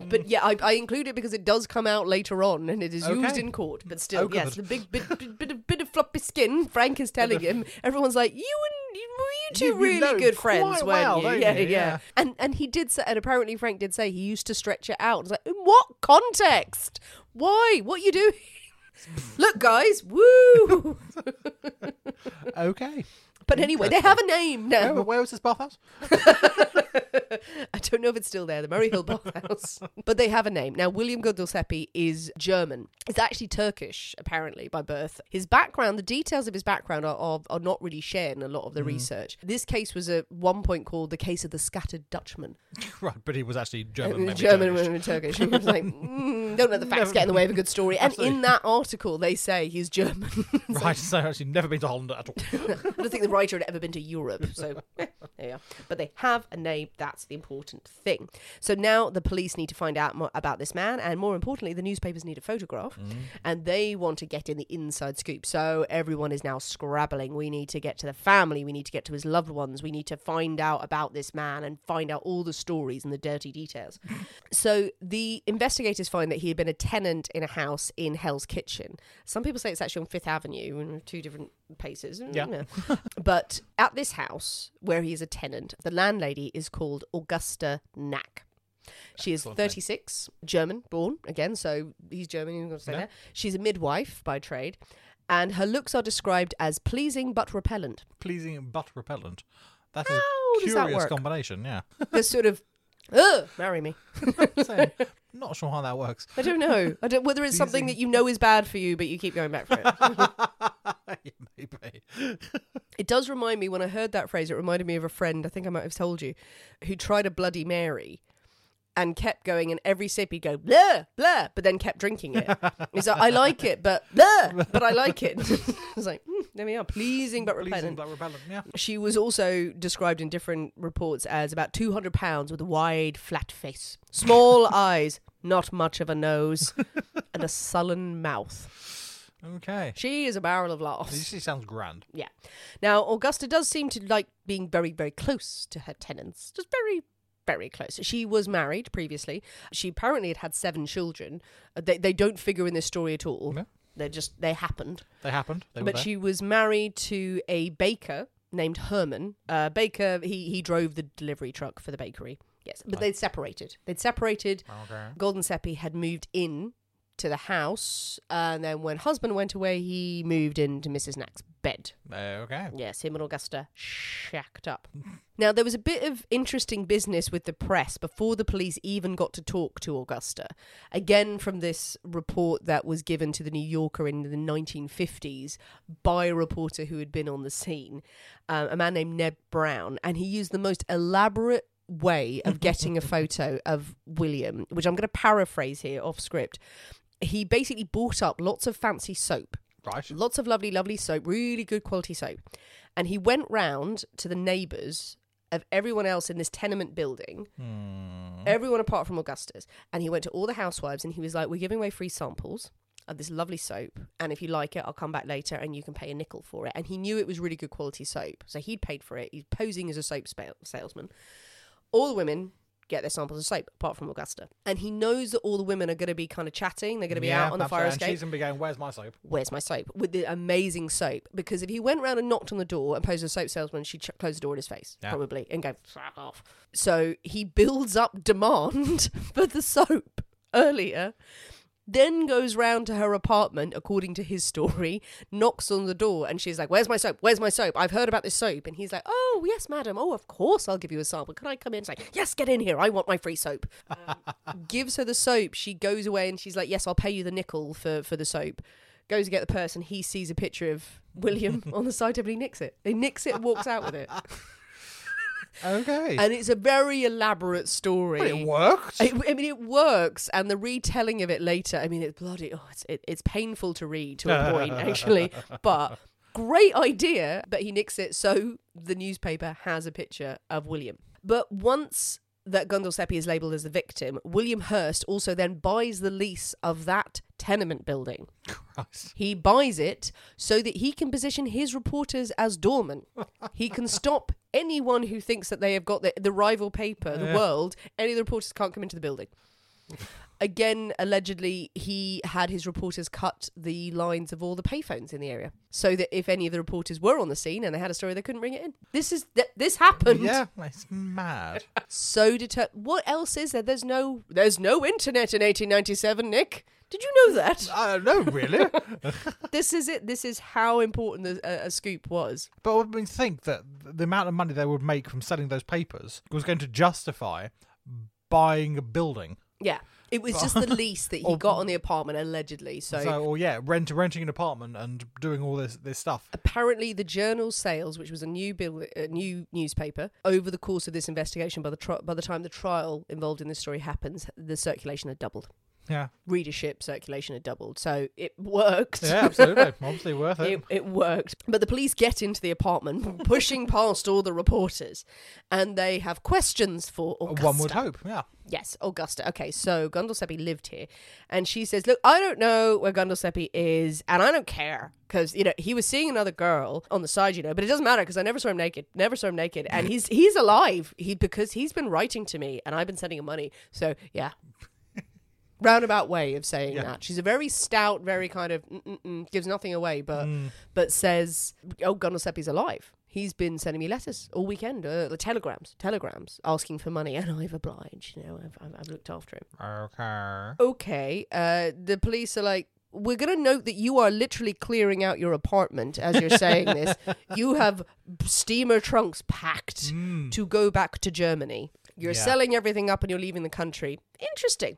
Speaker 1: But yeah, I, I include it because it does come out later on and it is used
Speaker 2: Okay.
Speaker 1: in court. But still,
Speaker 2: Oh, God.
Speaker 1: yes, the big bit, bit, bit, of, bit of floppy skin, Frank is telling him. Everyone's like, you and you, were you two
Speaker 2: You- you
Speaker 1: really
Speaker 2: know
Speaker 1: good
Speaker 2: quite
Speaker 1: friends, weren't
Speaker 2: well,
Speaker 1: you?
Speaker 2: don't
Speaker 1: Yeah,
Speaker 2: you?
Speaker 1: yeah,
Speaker 2: Yeah.
Speaker 1: And and he did say, and apparently Frank did say he used to stretch it out. It's like, in what context? Why? What you do? Look, guys, woo!
Speaker 2: Okay.
Speaker 1: But anyway, they have a name
Speaker 2: Where,
Speaker 1: now.
Speaker 2: where was this bathhouse?
Speaker 1: I don't know if it's still there, the Murray Hill Bathhouse. but they have a name. Now, William Gundelseppi is German. He's actually Turkish, apparently, by birth. His background, the details of his background are, are, are not really shared in a lot of the
Speaker 2: Mm-hmm.
Speaker 1: research. This case was at one point called the case of the scattered Dutchman.
Speaker 2: Right, but he was actually German.
Speaker 1: German, Uh, German
Speaker 2: maybe Turkish.
Speaker 1: women and Turkish. He was like, mm, don't let the facts
Speaker 2: Never-
Speaker 1: get in the way of a good story. And
Speaker 2: Absolutely.
Speaker 1: in that article, they say he's German.
Speaker 2: Right, so actually never been to Holland at all.
Speaker 1: I don't think the writer had ever been to Europe, so eh, there you are. But they have a name. That's the important thing. So now the police need to find out more about this man, and more importantly, the newspapers need a photograph, and they want to get in the inside scoop. So everyone is now scrabbling. We need to get to the family. We need to get to his loved ones. We need to find out about this man and find out all the stories and the dirty details. So the investigators find that he had been a tenant in a house in Hell's Kitchen. Some people say it's actually on Fifth Avenue in two different places.
Speaker 2: Yeah.
Speaker 1: No. but at this house where he is a tenant, the landlady is called Augusta Knack. She is
Speaker 2: Excellent name.
Speaker 1: 36, German born again, so he's German. You're gonna say
Speaker 2: Yeah.
Speaker 1: that. She's a midwife by trade, and her looks are described as pleasing but repellent.
Speaker 2: Pleasing but repellent. That is
Speaker 1: How
Speaker 2: a
Speaker 1: does that
Speaker 2: curious
Speaker 1: work?
Speaker 2: combination, yeah.
Speaker 1: They're sort of, ugh, marry me.
Speaker 2: Same. Not sure how that works.
Speaker 1: I don't know. I don't, whether it's something that you know is bad for you, but you keep going back for it.
Speaker 2: yeah, maybe.
Speaker 1: It does remind me when I heard that phrase, it reminded me of a friend, I think I might have told you, who tried a Bloody Mary and kept going, and every sip he'd go, blah, blah, but then kept drinking it. He's like, I like it, but blah, but I like it. I was like, "Hmm, there we are, pleasing but
Speaker 2: Pleasing
Speaker 1: repellent.
Speaker 2: but repellent, yeah.
Speaker 1: She was also described in different reports as about 200 pounds with a wide, flat face, small eyes, not much of a nose, and a sullen mouth.
Speaker 2: Okay.
Speaker 1: She is a barrel of laughs.
Speaker 2: She sounds grand.
Speaker 1: Yeah. Now, Augusta does seem to like being very, very close to her tenants. Just very, very close. She was married previously. She apparently had had seven children. Uh, They, they don't figure in this story at all.
Speaker 2: No.
Speaker 1: They're just, they happened.
Speaker 2: They happened. They
Speaker 1: but
Speaker 2: were there.
Speaker 1: she was married to a baker named Herman. Uh, baker, he, he drove the delivery truck for the bakery. Yes. But they'd separated. They'd separated.
Speaker 2: Okay.
Speaker 1: Golden Seppi had moved in to the house. And then when husband went away, he moved into Mrs. Knack's bed.
Speaker 2: Okay.
Speaker 1: Yes, him and Augusta shacked up. now, there was a bit of interesting business with the press before the police even got to talk to Augusta. Again, from this report that was given to the New Yorker in the 1950s by a reporter who had been on the scene, um, a man named Ned Brown, and he used the most elaborate way of getting a photo of William, which I'm going to paraphrase here off script. He basically bought up lots of fancy soap
Speaker 2: Right.
Speaker 1: Lots of lovely, lovely soap, really good quality soap. And he went round to the neighbours of everyone else in this tenement building,
Speaker 2: Hmm.
Speaker 1: everyone apart from Augustus. And he went to all the housewives and he was like, We're giving away free samples of this lovely soap. And if you like it, I'll come back later and you can pay a nickel for it. And he knew it was really good quality soap. So he'd paid for it. He's posing as a soap spa- salesman. All the women get their samples of soap apart from Augusta. And he knows that all the women are going to be kind of chatting. They're going to be
Speaker 2: Yeah,
Speaker 1: out on the
Speaker 2: perhaps
Speaker 1: fire
Speaker 2: so. And
Speaker 1: escape
Speaker 2: She's gonna be going. Where's my soap?
Speaker 1: where's my soap with the amazing soap because if he went round and knocked on the door and posed as a soap salesman she'd ch- close the door in his face
Speaker 2: Yeah.
Speaker 1: probably and go fuck off so he builds up demand for the soap earlier then goes round to her apartment according to his story knocks on the door and she's like where's my soap where's my soap i've heard about this soap and he's like oh yes madam oh of course i'll give you a sample can i come in it's like yes get in here i want my free soap gives her the soap. She goes away and she's like, "Yes, I'll pay you the nickel for for the soap." Goes to get the purse and he sees a picture of William on the side table. He nicks it. He nicks it and walks out with it.
Speaker 2: Okay.
Speaker 1: And it's a very elaborate story.
Speaker 2: But it worked.
Speaker 1: I, I mean, it works, and the retelling of it later. I mean, it's bloody. Oh, it's it, it's painful to read to a point, actually. But great idea. But he nicks it, so the newspaper has a picture of William. But once that Gundelseppi is labelled as the victim, William Hurst also then buys the lease of that tenement building.
Speaker 2: Christ.
Speaker 1: He buys it so that he can position his reporters as doormen. He can stop anyone who thinks that they have got the, the rival paper, the world, any of the reporters can't come into the building. again, allegedly, he had his reporters cut the lines of all the payphones in the area so that if any of the reporters were on the scene and they had a story, they couldn't bring it in. This is th- this happened.
Speaker 2: Yeah, it's mad.
Speaker 1: So deter. What else is there? There's no there's no internet in 1897, Nick. Did you know that?
Speaker 2: I don't know, really.
Speaker 1: this is it. This is how important the, a, a scoop was.
Speaker 2: But I mean, think that the amount of money they would make from selling those papers was going to justify buying a building.
Speaker 1: Yeah. It was just the lease that he
Speaker 2: Or-
Speaker 1: got on the apartment allegedly. So,
Speaker 2: So, or yeah, rent renting an apartment and doing all this this stuff.
Speaker 1: apparently, the Journal Sales, which was a new bill, a new newspaper, over the course of this investigation, by the tri- by the time the trial involved in this story happens, the circulation had doubled.
Speaker 2: Yeah,
Speaker 1: Readership circulation had doubled. So it worked.
Speaker 2: yeah, absolutely, obviously worth it.
Speaker 1: It, it worked. But the police get into the apartment, pushing past all the reporters, and they have questions for Augusta.
Speaker 2: Uh, One would hope. Yeah,
Speaker 1: Yes, Augusta. Okay, so Gondelsepi lived here. And she says, Look, I don't know where Gondelsepi is, and I don't care. Because, you know, he was seeing another girl on the side, you know, but it doesn't matter because I never saw him naked. Never saw him naked. And he's he's alive he because he's been writing to me and I've been sending him money. So, yeah. Roundabout way of saying
Speaker 2: Yeah.
Speaker 1: that. She's a very stout, very kind of mm, mm, mm, gives nothing away, but but says, "Oh, Gondelsepi's alive. He's been sending me letters all weekend, uh, the telegrams, telegrams, asking for money, and I've obliged. You know, I've, I've, I've looked after him.
Speaker 2: okay.
Speaker 1: Okay. Uh, the police are like, we're going to note that you are literally clearing out your apartment as you're saying this. You have steamer trunks packed to go back to Germany. You're
Speaker 2: Yeah.
Speaker 1: selling everything up and you're leaving the country. Interesting.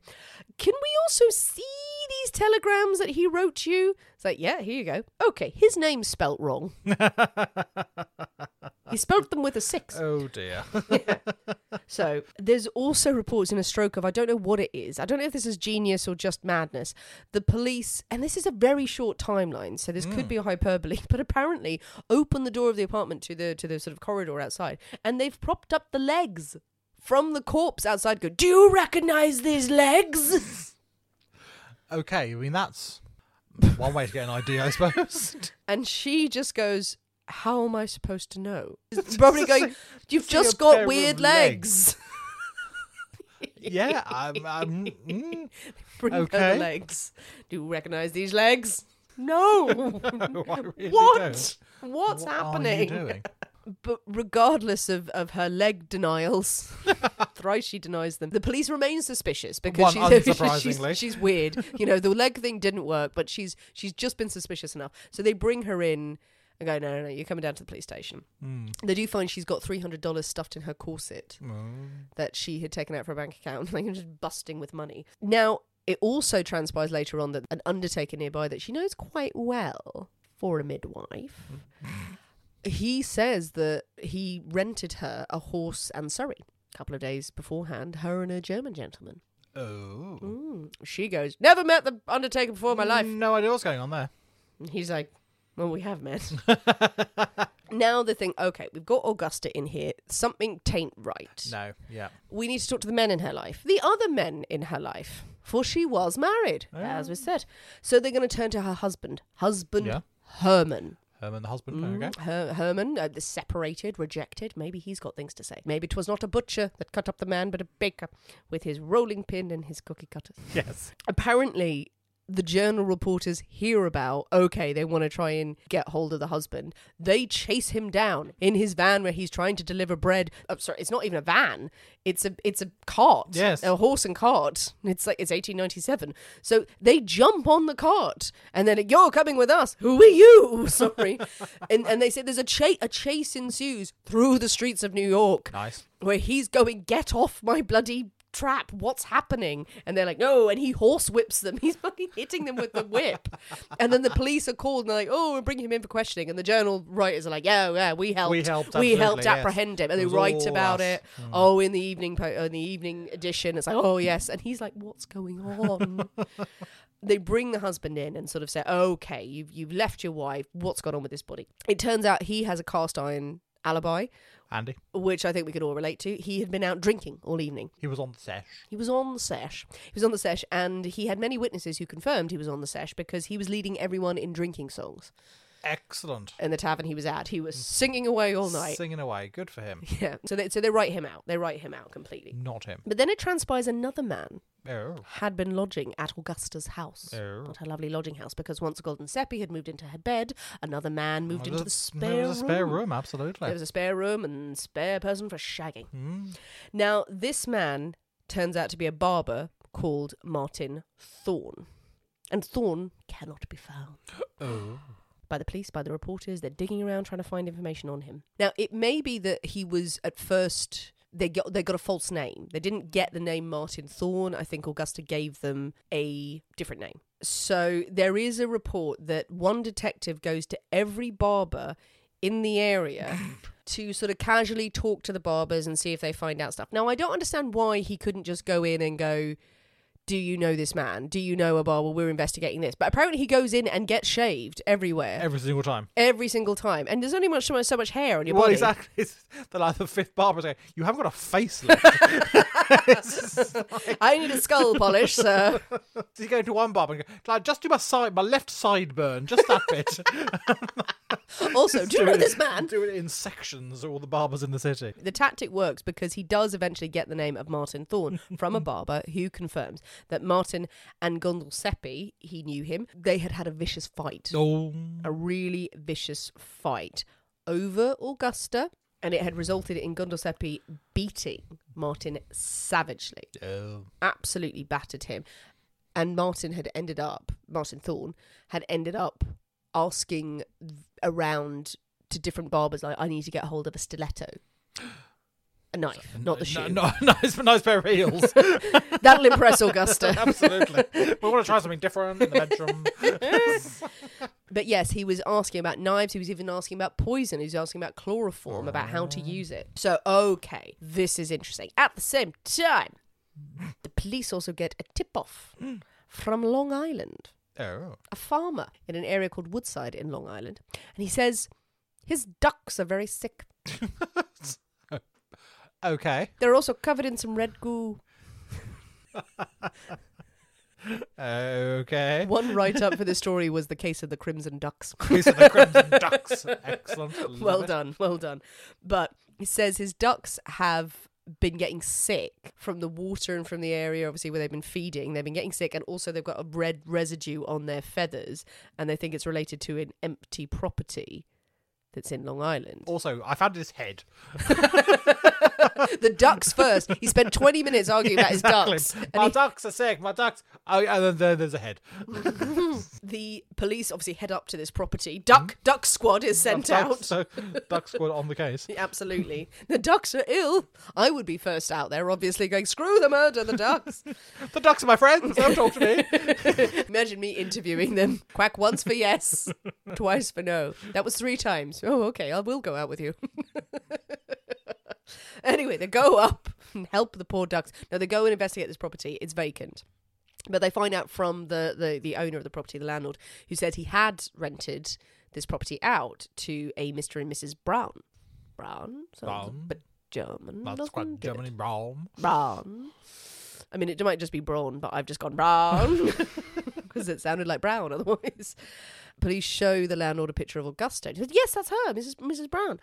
Speaker 1: Can we also see these telegrams that he wrote you? It's like, yeah, here you go. Okay, his name's spelt wrong. he spelt them with a six.
Speaker 2: Oh dear.
Speaker 1: So there's also reports in a stroke of I don't know what it is. I don't know if this is genius or just madness. The police, and this is a very short timeline, so this
Speaker 2: Hmm.
Speaker 1: could be a hyperbole, but apparently open the door of the apartment to the to the sort of corridor outside, and they've propped up the legs from the corpse outside. Go, do you recognise these legs?
Speaker 2: okay, I mean that's one way to get an idea, I suppose.
Speaker 1: And she just goes, "How am I supposed to know?" Probably going, "You've
Speaker 2: it's like
Speaker 1: just
Speaker 2: a pair
Speaker 1: got
Speaker 2: of
Speaker 1: weird legs."
Speaker 2: legs. yeah, I'm. I'm mm,
Speaker 1: Bring her the
Speaker 2: Okay.
Speaker 1: legs. Do you recognise these legs? No.
Speaker 2: no, I really
Speaker 1: what? What's
Speaker 2: don't. What are you
Speaker 1: happening?
Speaker 2: doing?
Speaker 1: But regardless of, of her leg denials, thrice she denies them, the police remain suspicious because
Speaker 2: One,
Speaker 1: she's,
Speaker 2: unsurprisingly.
Speaker 1: she's she's weird. You know, the leg thing didn't work, but she's she's just been suspicious enough. So they bring her in and go, no, no, no, you're coming down to the police station.
Speaker 2: Hmm.
Speaker 1: They do find she's got three hundred dollars stuffed in her corset
Speaker 2: Mm.
Speaker 1: that she had taken out for a bank account. Like just busting with money. Now it also transpires later on that an undertaker nearby that she knows quite well for a midwife. He says that he rented her a horse and surrey a couple of days beforehand, her and a German gentleman.
Speaker 2: Oh.
Speaker 1: She goes, Never met the Undertaker before in my life.
Speaker 2: No idea what's going on there.
Speaker 1: And he's like, Well, we have met. now the thing, okay, we've got Augusta in here. Something taint right.
Speaker 2: No. Yeah.
Speaker 1: We need to talk to the men in her life, the other men in her life, for she was married, as we said. So they're going to turn to her husband, husband
Speaker 2: Yeah.
Speaker 1: Herman.
Speaker 2: Herman the husband. Okay.
Speaker 1: Her- Herman, uh, the separated, rejected. Maybe he's got things to say. Maybe 'twas not a butcher that cut up the man, but a baker with his rolling pin and his cookie cutters.
Speaker 2: Yes.
Speaker 1: apparently the journal reporters hear about okay they want to try and get hold of the husband they chase him down in his van where he's trying to deliver bread oh, sorry it's not even a van it's a it's a cart
Speaker 2: Yes.
Speaker 1: a horse and cart it's like it's 1897 so they jump on the cart and then you're coming with us who are you sorry and and they say there's a chase a chase ensues through the streets of new york
Speaker 2: Nice.
Speaker 1: where he's going, get off my bloody trap. What's happening? And they're like, no. And he horse whips them. He's fucking hitting them with the whip. and then the police are called and they're like, oh, we're bringing him in for questioning. And the journal writers are like, yeah, yeah, we helped.
Speaker 2: We helped,
Speaker 1: We helped
Speaker 2: absolutely, yes.
Speaker 1: apprehend him. And they
Speaker 2: It was
Speaker 1: write
Speaker 2: all
Speaker 1: about
Speaker 2: us. Hmm.
Speaker 1: it. Oh, in the evening, po- in the evening edition, it's like, oh, yes. And he's like, what's going on? they bring the husband in and sort of say, "Okay, you've you've left your wife. What's gone on with this body?" It turns out he has a cast iron alibi,
Speaker 2: Andy.
Speaker 1: which I think we could all relate to. He had been out drinking all evening.
Speaker 2: He was on the sesh.
Speaker 1: He was on the sesh. He was on the sesh, and he had many witnesses who confirmed he was on the sesh because he was leading everyone in drinking songs.
Speaker 2: Excellent.
Speaker 1: in the tavern he was at. He was singing away all night.
Speaker 2: Singing away. Good for him.
Speaker 1: yeah. So they, so they write him out. They write him out completely.
Speaker 2: Not him.
Speaker 1: But then it transpires another man
Speaker 2: Oh.
Speaker 1: had been lodging at Augusta's house,
Speaker 2: Oh.
Speaker 1: at her lovely lodging house, because once Golden Seppi had moved into her bed, another man Oh, moved
Speaker 2: Well,
Speaker 1: into the
Speaker 2: there's-
Speaker 1: spare
Speaker 2: there was a spare
Speaker 1: room.
Speaker 2: room, absolutely.
Speaker 1: There was a spare room and spare person for shagging.
Speaker 2: Mm.
Speaker 1: Now, this man turns out to be a barber called Martin Thorne. And Thorne cannot be found
Speaker 2: Oh.
Speaker 1: by the police, by the reporters. They're digging around trying to find information on him. Now, it may be that he was at first. They got they got a false name. They didn't get the name Martin Thorne. I think Augusta gave them a different name. So there is a report that one detective goes to every barber in the area to sort of casually talk to the barbers and see if they find out stuff. Now I don't understand why he couldn't just go in and go, do you know this man? Do you know a barber? We're investigating this. But apparently he goes in and gets shaved everywhere, every,
Speaker 2: Every single time.
Speaker 1: single time. And there's only much so much hair on your
Speaker 2: Well,
Speaker 1: body.
Speaker 2: exactly. It's the, like, the fifth barber's going, you haven't got a face left.
Speaker 1: I need a skull polish, sir.
Speaker 2: you go to one barber and go, like, just do my side, my left sideburn, just that bit.
Speaker 1: Also, do you know
Speaker 2: it-
Speaker 1: this man?
Speaker 2: Do it in sections, all the barbers in the city.
Speaker 1: The tactic works because he does eventually get the name of Martin Thorne from a barber who confirms that Martin and Gondolseppi, he knew him, they had had a vicious fight.
Speaker 2: Oh.
Speaker 1: a really vicious fight over Augusta, and it had resulted in Gondosepi beating Martin savagely,
Speaker 2: Oh.
Speaker 1: absolutely battered him. And Martin had ended up, Martin Thorne had ended up asking around to different barbers, like, I need to get hold of a stiletto. A knife, not the shoe.
Speaker 2: No, no, nice, nice pair of heels.
Speaker 1: That'll impress Augusta.
Speaker 2: Absolutely. We want to try something different in the bedroom.
Speaker 1: But yes, he was asking about knives. He was even asking about poison. He was asking about chloroform, about how to use it. So, okay, this is interesting. At the same time, the police also get a tip off from Long Island,
Speaker 2: Oh.
Speaker 1: a farmer in an area called Woodside in Long Island. And he says his ducks are very sick.
Speaker 2: Okay.
Speaker 1: They're also covered in some red goo.
Speaker 2: Okay.
Speaker 1: One write up for the story was the case of the Crimson Ducks.
Speaker 2: These are the Crimson Ducks. Excellent. Love
Speaker 1: well
Speaker 2: it.
Speaker 1: done, well done. But he says his ducks have been getting sick from the water and from the area, obviously, where they've been feeding. They've been getting sick, and also they've got a red residue on their feathers, and they think it's related to an empty property that's in Long Island.
Speaker 2: Also, I found his head.
Speaker 1: the ducks first. He spent 20 minutes arguing about
Speaker 2: Exactly.
Speaker 1: his ducks. and
Speaker 2: My
Speaker 1: he-
Speaker 2: ducks are sick. My ducks. Oh, yeah, and then there- there's a head.
Speaker 1: the police obviously head up to this property. Duck, duck squad is sent
Speaker 2: Duck-
Speaker 1: out.
Speaker 2: So, duck squad on the case.
Speaker 1: Absolutely. The ducks are ill. I would be first out there, obviously, going, screw the murder, the ducks.
Speaker 2: The ducks are my friends. Don't talk to me.
Speaker 1: Imagine me interviewing them. Quack once for yes, twice for no. That was three times. Oh, okay, I will go out with you. anyway, they go up and help the poor ducks. No, they go and investigate this property. It's vacant. But they find out from the, the, the owner of the property, the landlord, who said he had rented this property out to a Mr. and Mrs. Brown. Brown? Sounds
Speaker 2: Brown.
Speaker 1: but German.
Speaker 2: That's
Speaker 1: doesn't
Speaker 2: quite
Speaker 1: it?
Speaker 2: Germany. Rome.
Speaker 1: Brown. I mean, it might just be Braun, but I've just gone Brown because it sounded like Brown otherwise. Police show the landlord a picture of Augusta. And he says, yes, that's her, Mrs. Mrs. Brown.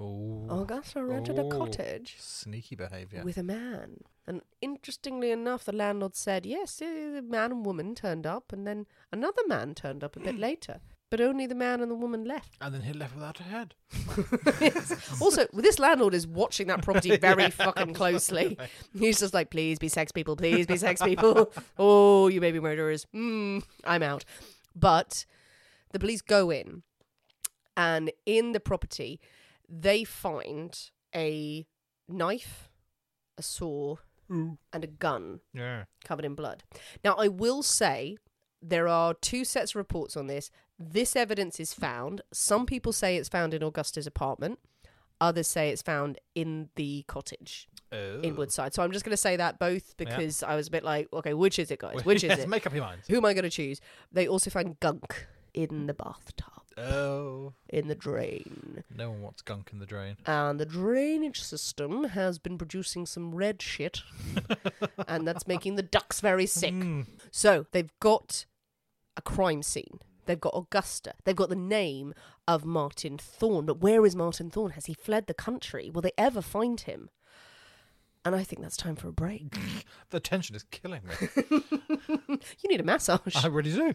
Speaker 2: Oh,
Speaker 1: Augusta rented
Speaker 2: Oh.
Speaker 1: a cottage
Speaker 2: sneaky behaviour.
Speaker 1: with a man. And interestingly enough, the landlord said, yes, eh, the man and woman turned up, and then another man turned up a bit later. But only the man and the woman left.
Speaker 2: And then he left without a head.
Speaker 1: also, this landlord is watching that property very fucking closely. He's just like, please be sex people, please be sex people. oh, you baby murderers. Mm, I'm out. But the police go in, and in the property, they find a knife, a saw, and a gun
Speaker 2: Yeah.
Speaker 1: covered in blood. Now, I will say there are two sets of reports on this. This evidence is found. Some people say it's found in Augusta's apartment. Others say it's found in the cottage
Speaker 2: Oh.
Speaker 1: in Woodside. So I'm just going to say that both because I was a bit like, okay, which is it, guys? Which is
Speaker 2: Yes,
Speaker 1: it?
Speaker 2: Make up your minds.
Speaker 1: Who am I going to choose? They also find gunk in the bathtub,
Speaker 2: Oh,
Speaker 1: in the drain.
Speaker 2: no one wants gunk in the drain.
Speaker 1: And the drainage system has been producing some red shit, and that's making the ducks very sick. So they've got a crime scene. They've got Augusta. They've got the name of Martin Thorn. But where is Martin Thorn? Has he fled the country? Will they ever find him? And I think that's time for a break.
Speaker 2: The tension is killing me.
Speaker 1: You need a massage.
Speaker 2: I really do.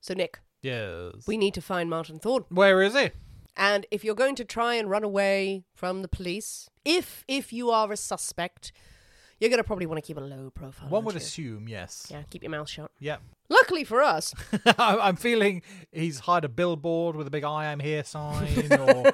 Speaker 1: So, Nick,
Speaker 2: Yes.
Speaker 1: we need to find Martin Thorn.
Speaker 2: Where is he?
Speaker 1: And if you're going to try and run away from the police, if if you are a suspect, you're going to probably want to keep a low profile.
Speaker 2: One
Speaker 1: aren't
Speaker 2: would
Speaker 1: you?
Speaker 2: assume, yes.
Speaker 1: Yeah, keep your mouth shut.
Speaker 2: Yep.
Speaker 1: Luckily for us,
Speaker 2: I- I'm feeling he's hired a billboard with a big "I am here" sign, or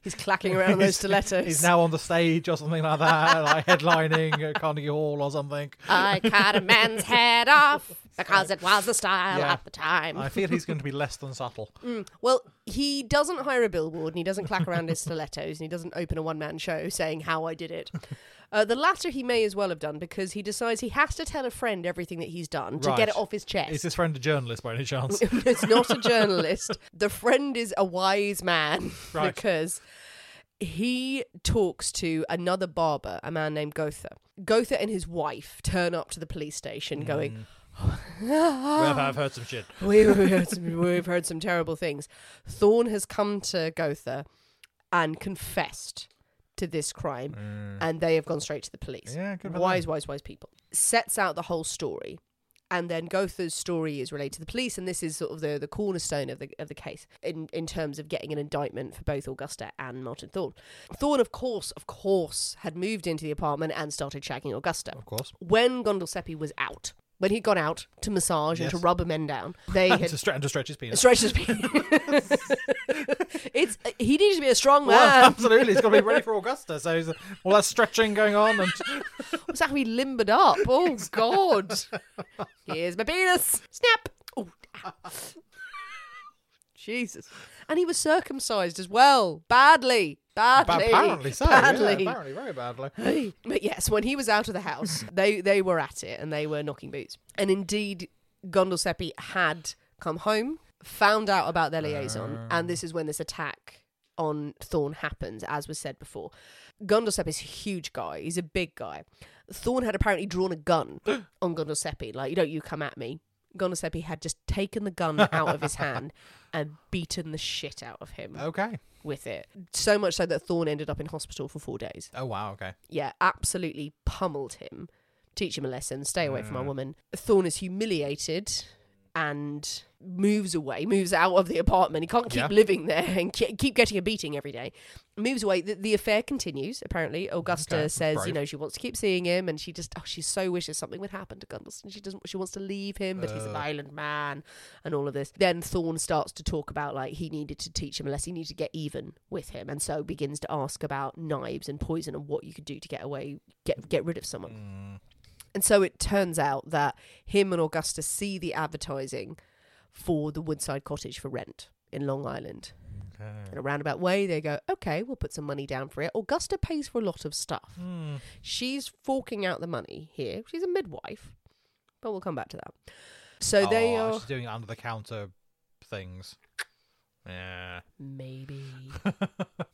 Speaker 1: he's clacking around those stilettos.
Speaker 2: He's now on the stage or something like that, like headlining at Carnegie Hall or something.
Speaker 1: I cut a man's head off because it was the style
Speaker 2: Yeah.
Speaker 1: at the time.
Speaker 2: I feel he's going to be less than subtle.
Speaker 1: Well, he doesn't hire a billboard and he doesn't clack around his stilettos and he doesn't open a one man show saying how I did it. Uh, the latter he may as well have done because he decides he has to tell a friend everything that he's done to
Speaker 2: Right.
Speaker 1: get it off his chest.
Speaker 2: Is his friend a journalist by any chance?
Speaker 1: it's not a journalist. The friend is a wise man
Speaker 2: Right.
Speaker 1: because he talks to another barber, a man named Gotha. Gotha and his wife turn up to the police station going,
Speaker 2: I've, I've heard some shit.
Speaker 1: we, we heard some, We've heard some terrible things. Thorn has come to Gotha and confessed to this crime, and they have gone straight to the police.
Speaker 2: Mm. Yeah, good for
Speaker 1: wise, wise, wise people. Sets out the whole story. And then Gotha's story is related to the police, and this is sort of the, the cornerstone of the of the case in, in terms of getting an indictment for both Augusta and Martin Thorn. Thorn, of course, of course, had moved into the apartment and started shagging Augusta
Speaker 2: Of course.
Speaker 1: when Gondolsepi was out, when he got out to massage and to
Speaker 2: Yes.
Speaker 1: rub a men down, they
Speaker 2: And
Speaker 1: had
Speaker 2: to, stre- and to stretch his penis.
Speaker 1: stretched his penis. it's he needs to be a strong
Speaker 2: Well,
Speaker 1: man.
Speaker 2: absolutely. He's got to be ready for Augusta. So he's, all that stretching going on, and
Speaker 1: What's that? He limbered up. Oh God! Here's my penis. Snap. Oh, ow. Jesus! And he was circumcised as well, badly,
Speaker 2: but
Speaker 1: badly,
Speaker 2: apparently so. yeah,
Speaker 1: badly.
Speaker 2: apparently, very badly.
Speaker 1: But yes, when he was out of the house, they they were at it and they were knocking boots. And indeed, Gondolsepi had come home, found out about their liaison, and this is when this attack on Thorn happens, as was said before. Gondolsepi is a huge guy. He's a big guy. Thorn had apparently drawn a gun on Gondolsepi, like, you don't you come at me. Gondolsepi had just taken the gun out of his hand and beaten the shit out of him
Speaker 2: Okay.
Speaker 1: with it. So much so that Thorn ended up in hospital for four days
Speaker 2: Oh wow. Okay.
Speaker 1: yeah, absolutely pummeled him. Teach him a lesson, stay away from our woman. Thorn is humiliated and moves away, moves out of the apartment. He can't keep
Speaker 2: Yeah.
Speaker 1: living there and ke- keep getting a beating every day. Moves away. The, the affair continues. Apparently, Augusta
Speaker 2: Okay,
Speaker 1: says, you
Speaker 2: brave.
Speaker 1: know, she wants to keep seeing him, and she just, oh, she so wishes something would happen to Gunvalson. She doesn't. She wants to leave him, but he's an island man, and all of this. Then Thorn starts to talk about like he needed to teach him a lesson. He needed to get even with him, and so begins to ask about knives and poison and what you could do to get away, get get rid of someone.
Speaker 2: Mm.
Speaker 1: And so it turns out that him and Augusta see the advertising for the Woodside Cottage for rent in Long Island. In a roundabout way, they go, okay, we'll put some money down for it. Augusta pays for a lot of stuff. She's forking out the money here. She's a midwife, but we'll come back to that. So they uh,
Speaker 2: Oh,
Speaker 1: are.
Speaker 2: she's doing under the counter things. Yeah.
Speaker 1: Maybe.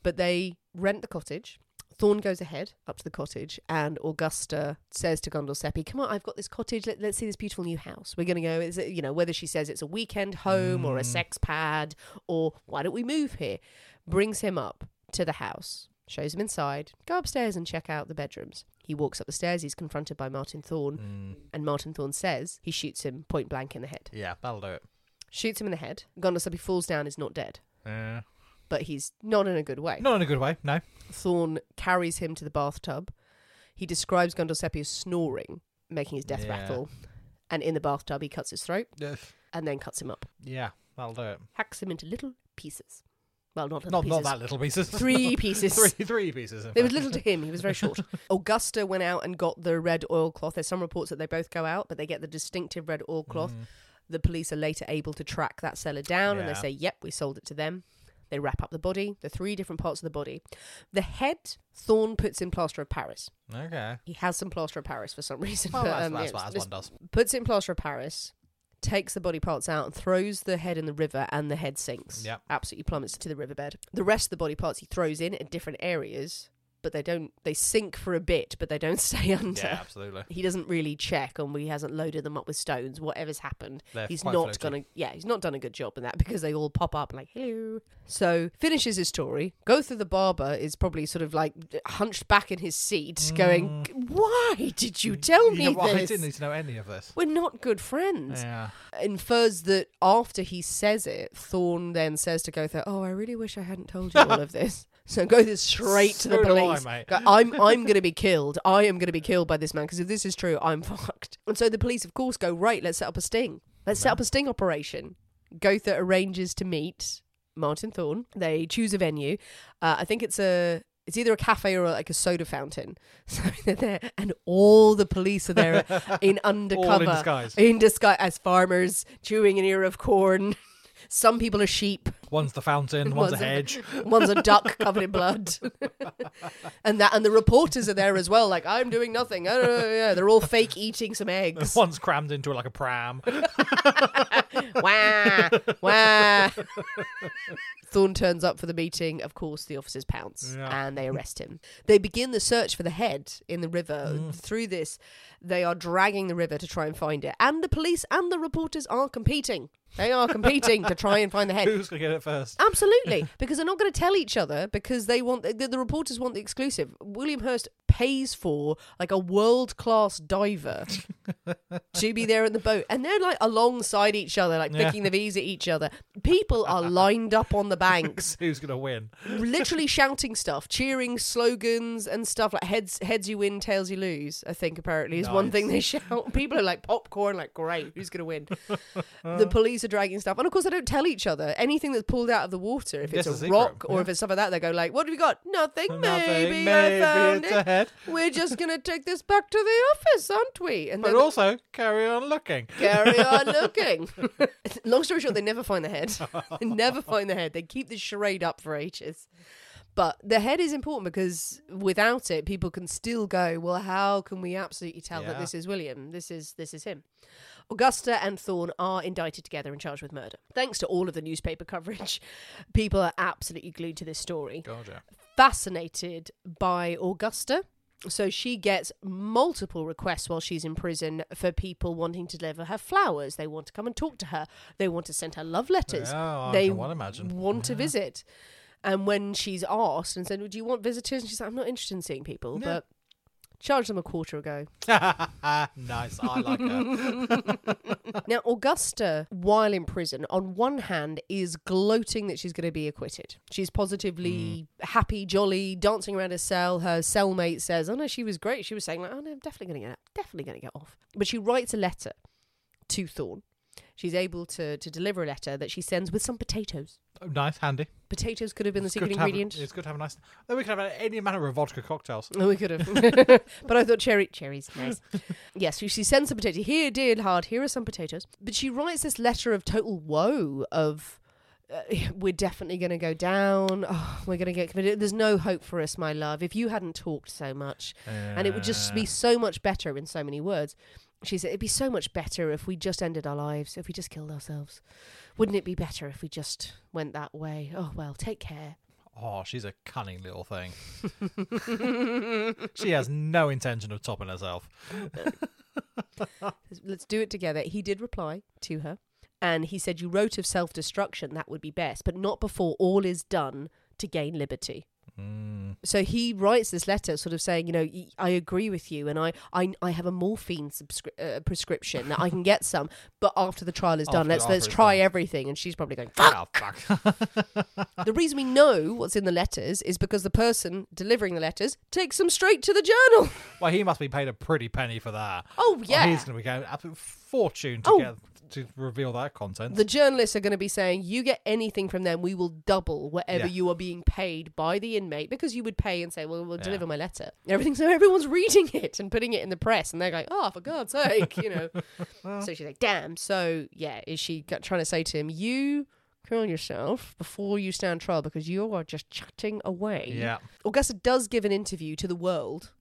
Speaker 1: but they rent the cottage. Thorn goes ahead up to the cottage, and Augusta says to Gondolsepi, "Come on, I've got this cottage. Let, let's see this beautiful new house. We're gonna go. Is it, you know whether she says it's a weekend home or a sex pad or why don't we move here?" Brings him up to the house, shows him inside. Go upstairs and check out the bedrooms. He walks up the stairs. He's confronted by Martin Thorn, and Martin Thorn says he shoots him point blank in the head.
Speaker 2: Yeah, that'll do it.
Speaker 1: Shoots him in the head. Gondolsepi falls down. Is not dead
Speaker 2: Yeah.
Speaker 1: but he's not in a good way.
Speaker 2: Not in a good way, no.
Speaker 1: Thorn carries him to the bathtub. He describes Gondolsepi as snoring, making his death
Speaker 2: Yeah.
Speaker 1: rattle. And in the bathtub, he cuts his throat
Speaker 2: Yeah,
Speaker 1: and then cuts him up,
Speaker 2: Yeah, that'll do it.
Speaker 1: hacks him into little pieces. Well, not little
Speaker 2: Not,
Speaker 1: pieces.
Speaker 2: not that little pieces.
Speaker 1: Three pieces.
Speaker 2: three, three pieces. in
Speaker 1: There was
Speaker 2: fact.
Speaker 1: little to him. He was very short. Augusta went out and got the red oilcloth. There's some reports that they both go out, but they get the distinctive red oilcloth. The police are later able to track that seller down and they
Speaker 2: Mm. Yeah.
Speaker 1: say, yep, we sold it to them. They wrap up the body, the three different parts of the body. The head, Thorn puts in plaster of Paris.
Speaker 2: Okay.
Speaker 1: He has some plaster of Paris for some reason.
Speaker 2: Well,
Speaker 1: but,
Speaker 2: that's,
Speaker 1: um,
Speaker 2: that's,
Speaker 1: yeah,
Speaker 2: what- as
Speaker 1: just
Speaker 2: one does.
Speaker 1: Puts it in plaster of Paris, takes the body parts out and throws the head in the river, and the head sinks.
Speaker 2: Yep.
Speaker 1: Absolutely plummets to the riverbed. The rest of the body parts he throws in at different areas, but they don't, they sink for a bit, but they don't stay under.
Speaker 2: Yeah, absolutely.
Speaker 1: He doesn't really check, and he hasn't loaded them up with stones. Whatever's happened,
Speaker 2: They're
Speaker 1: he's
Speaker 2: quite
Speaker 1: not
Speaker 2: floaty.
Speaker 1: gonna. Yeah, he's not done a good job in that because they all pop up like hello. So finishes his story. Go through the barber is probably sort of like hunched back in his seat, going, "Why did you tell me
Speaker 2: Mm. Yeah, well, I
Speaker 1: this?
Speaker 2: didn't need to know any of this.
Speaker 1: We're not good friends."
Speaker 2: Yeah.
Speaker 1: Infers that after he says it, Thorn then says to Gotha, "Oh, I really wish I hadn't told you all of this." So go this straight to the
Speaker 2: So do I,
Speaker 1: police.
Speaker 2: mate.
Speaker 1: Go, I'm I'm going to be killed. I am going to be killed by this man because if this is true, I'm fucked. And so the police, of course, go right. Let's set up a sting. Let's set up a sting operation. Gotha arranges to meet Martin Thorn. They choose a venue. Uh, I think it's a. It's either a cafe or like a soda fountain. So they're there, and all the police are there in undercover,
Speaker 2: disguise.
Speaker 1: in disguise as farmers chewing an ear of corn. Some people are sheep.
Speaker 2: One's the fountain, one's a hedge.
Speaker 1: One's a duck covered in blood. and that and the reporters are there as well, like, I'm doing nothing. I don't know, yeah. They're all fake eating some eggs.
Speaker 2: One's crammed into like a pram.
Speaker 1: Wah, wah. Thorn turns up for the meeting. Of course, the officers pounce
Speaker 2: Yeah.
Speaker 1: and they arrest him. They begin the search for the head in the river.
Speaker 2: Mm.
Speaker 1: Through this, they are dragging the river to try and find it. And the police and the reporters are competing. They are competing to try and find the head.
Speaker 2: Who's going to get it first?
Speaker 1: Absolutely, because they're not going to tell each other because they want the, the reporters want the exclusive. William Hurst pays for like a world class diver to be there in the boat, and they're like alongside each other, like
Speaker 2: Yeah.
Speaker 1: picking the V's at each other. People are lined up on the banks,
Speaker 2: Who's going to win?
Speaker 1: literally shouting stuff, cheering slogans and stuff like heads heads you win, tails you lose. I think apparently is one
Speaker 2: Nice.
Speaker 1: thing they shout. People are like popcorn, like great, who's gonna win? the police are dragging stuff, and of course they don't tell each other anything that's pulled out of the water. If
Speaker 2: Yes,
Speaker 1: it's
Speaker 2: it's
Speaker 1: a
Speaker 2: secret,
Speaker 1: rock or
Speaker 2: yeah.
Speaker 1: if it's stuff like that, they go like, "What have you got? Nothing.
Speaker 2: Nothing,
Speaker 1: Maybe,
Speaker 2: maybe
Speaker 1: I found
Speaker 2: it's
Speaker 1: it.
Speaker 2: a head."
Speaker 1: We're just gonna take this back to the office, aren't we?" And
Speaker 2: But
Speaker 1: they're-
Speaker 2: also, carry on looking.
Speaker 1: carry on looking. Long story short, they never find the head. they never find the head. They keep the charade up for ages. But the head is important because without it, people can still go, well, how can we absolutely tell that
Speaker 2: Yeah.
Speaker 1: this is William? This is this is him. Augusta and Thorn are indicted together and charged with murder. Thanks to all of the newspaper coverage, people are absolutely glued to this story
Speaker 2: God, yeah.
Speaker 1: fascinated by Augusta. So she gets multiple requests while she's in prison for people wanting to deliver her flowers. They want to come and talk to her. They want to send her love letters.
Speaker 2: Yeah, oh, I
Speaker 1: they
Speaker 2: can well imagine.
Speaker 1: want to visit. And when she's asked and said, "Well, "Do you want visitors?" and she's like, "I'm not interested in seeing people,
Speaker 2: Yeah.
Speaker 1: but Charged them a quarter ago.
Speaker 2: nice. I like her.
Speaker 1: Now, Augusta, while in prison, on one hand is gloating that she's going to be acquitted. She's positively happy, jolly, dancing around her cell. Her cellmate says, "Oh no, she was great." She was saying, "Like, oh no, I'm definitely going to get, definitely going to get off." But she writes a letter to Thorn. She's able to to deliver a letter that she sends with some potatoes.
Speaker 2: nice, handy.
Speaker 1: Potatoes could have been the
Speaker 2: It's good
Speaker 1: secret
Speaker 2: to have-
Speaker 1: ingredient.
Speaker 2: it's good to have a nice. Then we could have any manner of vodka cocktails.
Speaker 1: Oh, we could have. but I thought cherry cherries nice. yes, so she sends some potatoes. Here, dear lard, here are some potatoes. But she writes this letter of total woe of uh, we're definitely going to go down. Oh, we're going to get committed. There's no hope for us, my love. If you hadn't talked so much, and it would just be so much better in so many words. She said, It'd be so much better if we just ended our lives, if we just killed ourselves. Wouldn't it be better if we just went that way? Oh, well, take care.
Speaker 2: Oh, she's a cunning little thing. she has no intention of topping herself.
Speaker 1: let's do it together. He did reply to her, and he said, "You wrote of self destruction. That would be best, but not before all is done to gain liberty."
Speaker 2: Mm.
Speaker 1: So he writes this letter, sort of saying, "You know, y- I agree with you, and I, I, I have a morphine subscri- uh, prescription that I can get some, but after the trial is done,
Speaker 2: After-
Speaker 1: let's let's
Speaker 2: after it's
Speaker 1: try
Speaker 2: done.
Speaker 1: everything." And she's probably going, "Fuck."
Speaker 2: Oh, fuck.
Speaker 1: The reason we know what's in the letters is because the person delivering the letters takes them straight to the journal.
Speaker 2: well, he must be paid a pretty penny for that.
Speaker 1: Oh, yeah.
Speaker 2: he's going to be going absolute fortune to
Speaker 1: Oh.
Speaker 2: get to reveal that content.
Speaker 1: the journalists are going to be saying you get anything from them we will double whatever
Speaker 2: Yeah.
Speaker 1: you are being paid by the inmate because you would pay and say well we'll
Speaker 2: Yeah.
Speaker 1: deliver my letter everything so everyone's reading it and putting it in the press and they're like oh for god's sake you know so she's like damn so yeah is she go- trying to say to him you kill yourself before you stand trial because you are just chatting away
Speaker 2: yeah.
Speaker 1: Augusta does give an interview to the world,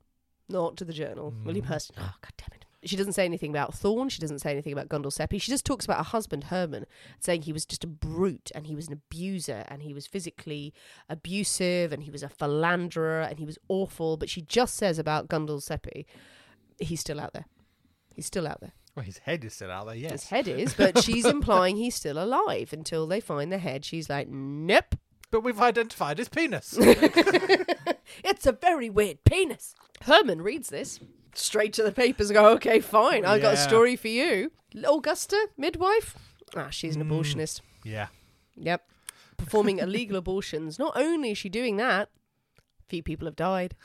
Speaker 1: not to the journal. William Hurston. Oh, god damn it. She doesn't say anything about Thorn. She doesn't say anything about Gondolsepi. She just talks about her husband, Herman, saying he was just a brute and he was an abuser and he was physically abusive and he was a philanderer and he was awful. But she just says about Gondolsepi, he's still out there. He's still out there.
Speaker 2: Well, his head is still out there. Yes.
Speaker 1: His head is, but she's implying he's still alive until they find the head. She's like, nope.
Speaker 2: But we've identified his penis.
Speaker 1: It's a very weird penis. Herman reads this straight to the papers and go, okay, fine, I've got a
Speaker 2: Yeah.
Speaker 1: story for you. Augusta, midwife? Ah, she's
Speaker 2: Hmm.
Speaker 1: an abortionist.
Speaker 2: yeah.
Speaker 1: Yep. Performing illegal abortions. Not only is she doing that, few people have died.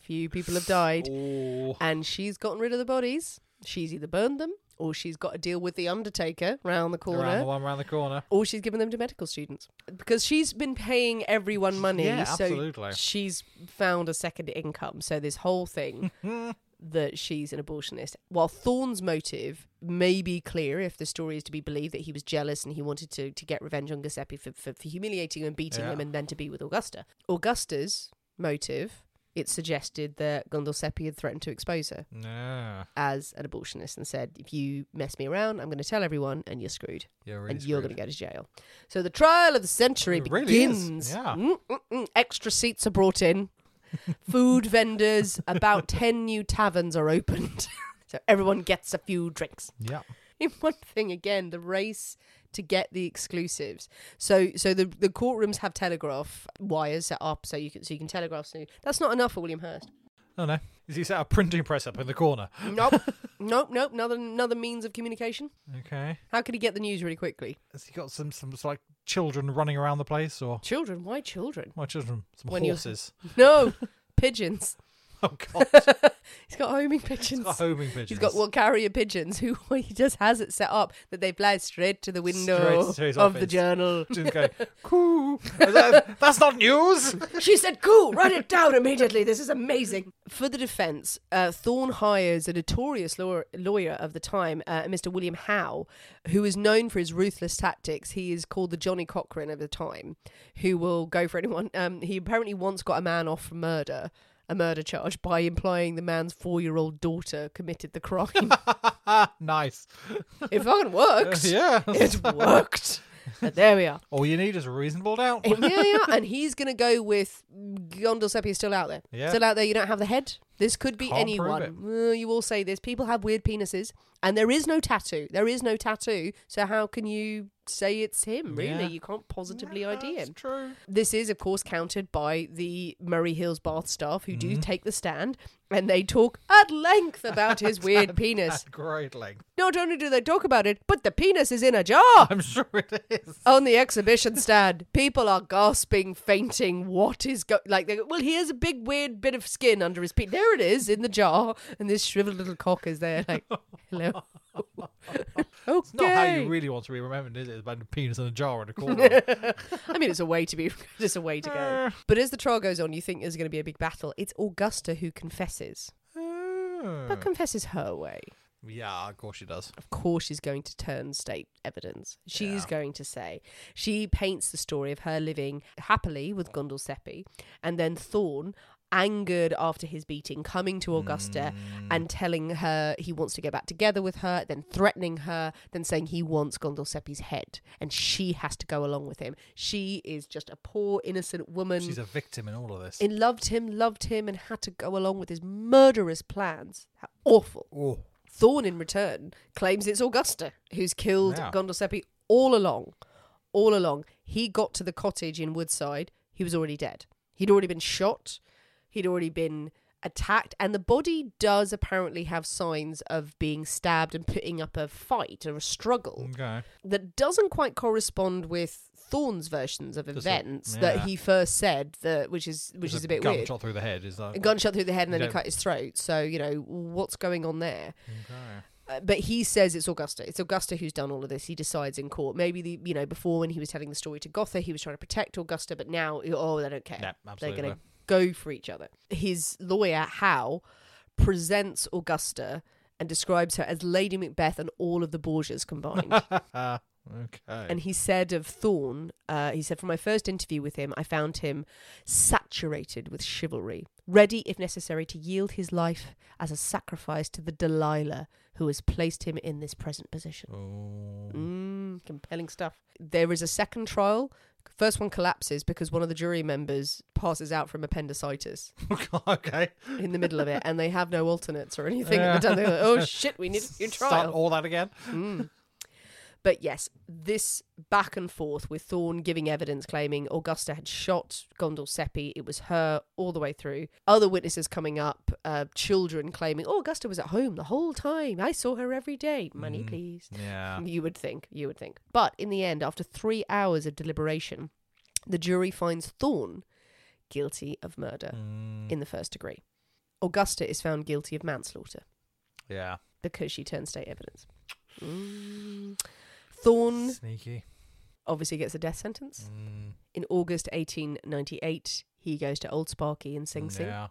Speaker 1: few people have died.
Speaker 2: Oh.
Speaker 1: And she's gotten rid of the bodies. She's either burned them or she's got to deal with the undertaker round the corner
Speaker 2: Around the one around the corner.
Speaker 1: or she's given them to medical students because she's been paying everyone money.
Speaker 2: Yeah,
Speaker 1: so
Speaker 2: absolutely.
Speaker 1: She's found a second income. So this whole thing that she's an abortionist. While Thorne's motive may be clear, if the story is to be believed, that he was jealous and he wanted to to get revenge on Giuseppe for for, for humiliating him and beating
Speaker 2: Yeah.
Speaker 1: him, and then to be with Augusta. Augusta's motive. It suggested that Gondolsepi had threatened to expose her
Speaker 2: No.
Speaker 1: as an abortionist and said, "If you mess me around, I'm going to tell everyone, and you're screwed."
Speaker 2: You're really
Speaker 1: and you're going
Speaker 2: screwed.
Speaker 1: to go to jail. So the trial of the century
Speaker 2: It really is,
Speaker 1: begins.
Speaker 2: yeah.
Speaker 1: Mm-mm-mm. Extra seats are brought in. Food vendors, about 10 new taverns are opened. so everyone gets a few drinks.
Speaker 2: Yeah.
Speaker 1: In one thing again, the race to get the exclusives. So so the, the courtrooms have telegraph wires set up so you can so you can telegraph soon. That's not enough for William Hurst.
Speaker 2: Oh, No, no. Is he set a printing press up in the corner?
Speaker 1: Nope. nope, nope, another another means of communication.
Speaker 2: Okay.
Speaker 1: How could he get the news really quickly?
Speaker 2: Has he got some some like children running around the place or
Speaker 1: Children, why children?
Speaker 2: my children? Some
Speaker 1: When you're-
Speaker 2: horses.
Speaker 1: No, pigeons.
Speaker 2: Oh god.
Speaker 1: He's got homing pigeons.
Speaker 2: homing pigeons.
Speaker 1: He's got well carrier pigeons who he just has it set up that they fly straight to the window
Speaker 2: Straight to his
Speaker 1: of the
Speaker 2: office.
Speaker 1: journal.
Speaker 2: Just go, "Coo." Is that- That's not news.
Speaker 1: she said, "Cool, write it down immediately. This is amazing." For the defence, uh, Thorne hires a notorious law- lawyer of the time, uh, Mr. William Howe, who is known for his ruthless tactics. He is called the Johnny Cochran of the time, who will go for anyone. Um, he apparently once got a man off for murder. A murder charge by implying the man's four-year-old daughter committed the crime.
Speaker 2: nice.
Speaker 1: It fucking works.
Speaker 2: Yeah.
Speaker 1: It worked. But there we are.
Speaker 2: All you need is a reasonable doubt.
Speaker 1: And yeah, yeah. And he's going to go with Gondolsepi is still out there.
Speaker 2: Yeah.
Speaker 1: Still out there. You don't have the head. This could be
Speaker 2: Can't prove
Speaker 1: anyone. Uh, you all say this. People have weird penises And there is no tattoo. There is no tattoo. So how can you say it's him? Really,
Speaker 2: Yeah.
Speaker 1: you can't positively ID him.
Speaker 2: True.
Speaker 1: This is, of course, countered by the Murray Hills Bath staff who
Speaker 2: Mm-hmm.
Speaker 1: do take the stand and they talk at length about his weird penis.
Speaker 2: At great length.
Speaker 1: Not only do they talk about it, but the penis is in a jar
Speaker 2: I'm sure it is.
Speaker 1: on the exhibition stand. People are gasping, fainting. What is go like? They go, well, here's a big weird bit of skin under his penis. There it is in the jar, and this shriveled little cock is there. Like, hello. okay.
Speaker 2: It's not how you really want to be remembered, is it? It's about a penis in a jar in a corner.
Speaker 1: I mean, it's a way to be, it's a way to
Speaker 2: Eh.
Speaker 1: go. But as the trial goes on, you think there's going to be a big battle. It's Augusta who confesses,
Speaker 2: Oh.
Speaker 1: but confesses her way.
Speaker 2: yeah, of course she does.
Speaker 1: Of course, she's going to turn state evidence. She's going to say she paints the story of her living happily with Gundel Seppi, and then Thorn. Angered after his beating, coming to Augusta
Speaker 2: Mm.
Speaker 1: and telling her he wants to get back together with her, then threatening her, then saying he wants Gondel Seppi's head, and she has to go along with him. She is just a poor, innocent woman
Speaker 2: She's a victim in all of this.
Speaker 1: and loved him, loved him, and had to go along with his murderous plans. How awful.
Speaker 2: oh,
Speaker 1: Thorn, in return, claims it's Augusta who's killed
Speaker 2: Yeah.
Speaker 1: Gondosepi all along. All along. He got to the cottage in Woodside. He was already dead. He'd already been shot. He'd already been attacked. And the body does apparently have signs of being stabbed and putting up a fight or a struggle
Speaker 2: okay.
Speaker 1: that doesn't quite correspond with Thorne's versions of
Speaker 2: Does it?
Speaker 1: events
Speaker 2: Yeah.
Speaker 1: that he first said that which is which
Speaker 2: There's
Speaker 1: is a bit
Speaker 2: gun
Speaker 1: weird.
Speaker 2: shot through the head. Is that
Speaker 1: A gunshot through the head and then
Speaker 2: Yeah.
Speaker 1: he cut his throat. So, you know, what's going on there?
Speaker 2: Okay.
Speaker 1: Uh, but he says it's Augusta. It's Augusta who's done all of this. He decides in court. Maybe the you know before when he was telling the story to Gotha, he was trying to protect Augusta, but now oh they don't care.
Speaker 2: Yeah,
Speaker 1: They're
Speaker 2: absolutely.
Speaker 1: going to go for each other. His lawyer Howe presents Augusta and describes her as Lady Macbeth and all of the Borgias combined.
Speaker 2: Okay.
Speaker 1: And he said of Thorne, uh, he said, from my first interview with him, I found him saturated with chivalry, ready, if necessary, to yield his life as a sacrifice to the Delilah who has placed him in this present position. Mm, compelling stuff. There is a second trial. First one collapses because one of the jury members passes out from appendicitis
Speaker 2: okay.
Speaker 1: in the middle of it, and they have no alternates or anything at the time. They're like, oh shit, we need a new trial.
Speaker 2: Start all that again.
Speaker 1: But yes, this back and forth with Thorne giving evidence claiming Augusta had shot Gondel Seppi. It was her all the way through. Other witnesses coming up, uh, children claiming, oh, Augusta was at home the whole time. I saw her every day. Money, please.
Speaker 2: Yeah.
Speaker 1: You would think, you would think. But in the end, after three hours of deliberation, the jury finds Thorne guilty of murder in the first degree. Augusta is found guilty of manslaughter
Speaker 2: Yeah.
Speaker 1: because she turned state evidence. Mm. Thorne
Speaker 2: Sneaky.
Speaker 1: obviously gets a death sentence.
Speaker 2: Mm.
Speaker 1: In August 1898, he goes to Old Sparky in Sing Sing.
Speaker 2: Yeah.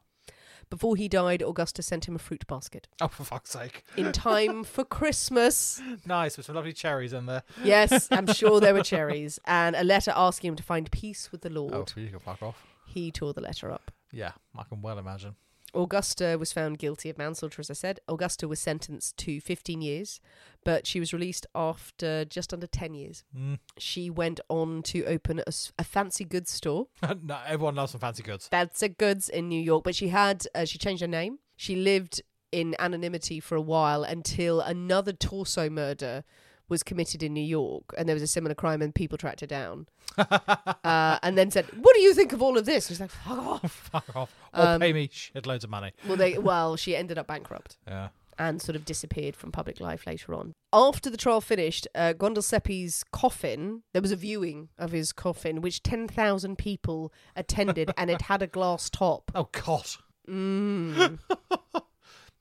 Speaker 1: Before he died, Augusta sent him a fruit basket
Speaker 2: Oh, for fuck's sake.
Speaker 1: in time for Christmas.
Speaker 2: Nice, with some lovely cherries in there.
Speaker 1: Yes, I'm sure there were cherries. And a letter asking him to find peace with the Lord.
Speaker 2: Oh, you can fuck off.
Speaker 1: He tore the letter up.
Speaker 2: Yeah, I can well imagine.
Speaker 1: Augusta was found guilty of manslaughter, as I said. Augusta was sentenced to 15 years, but she was released after just under 10 years.
Speaker 2: Mm.
Speaker 1: She went on to open a, s- a fancy goods store
Speaker 2: no, everyone loves some fancy goods.
Speaker 1: That's a goods in New York, but she had uh, she changed her name. She lived in anonymity for a while until another torso murder was committed in New York, and there was a similar crime, and people tracked her down, uh, and then said, "What do you think of all of this?" She's like, "Fuck off."
Speaker 2: Fuck off. Or
Speaker 1: Um,
Speaker 2: pay me shitloads of money.
Speaker 1: Well, they well she ended up bankrupt.
Speaker 2: Yeah.
Speaker 1: and sort of disappeared from public life later on. After the trial finished, uh, Gondosepi's coffin, there was a viewing of his coffin, which 10,000 people attended, and it had a glass top.
Speaker 2: Oh, God.
Speaker 1: Mm.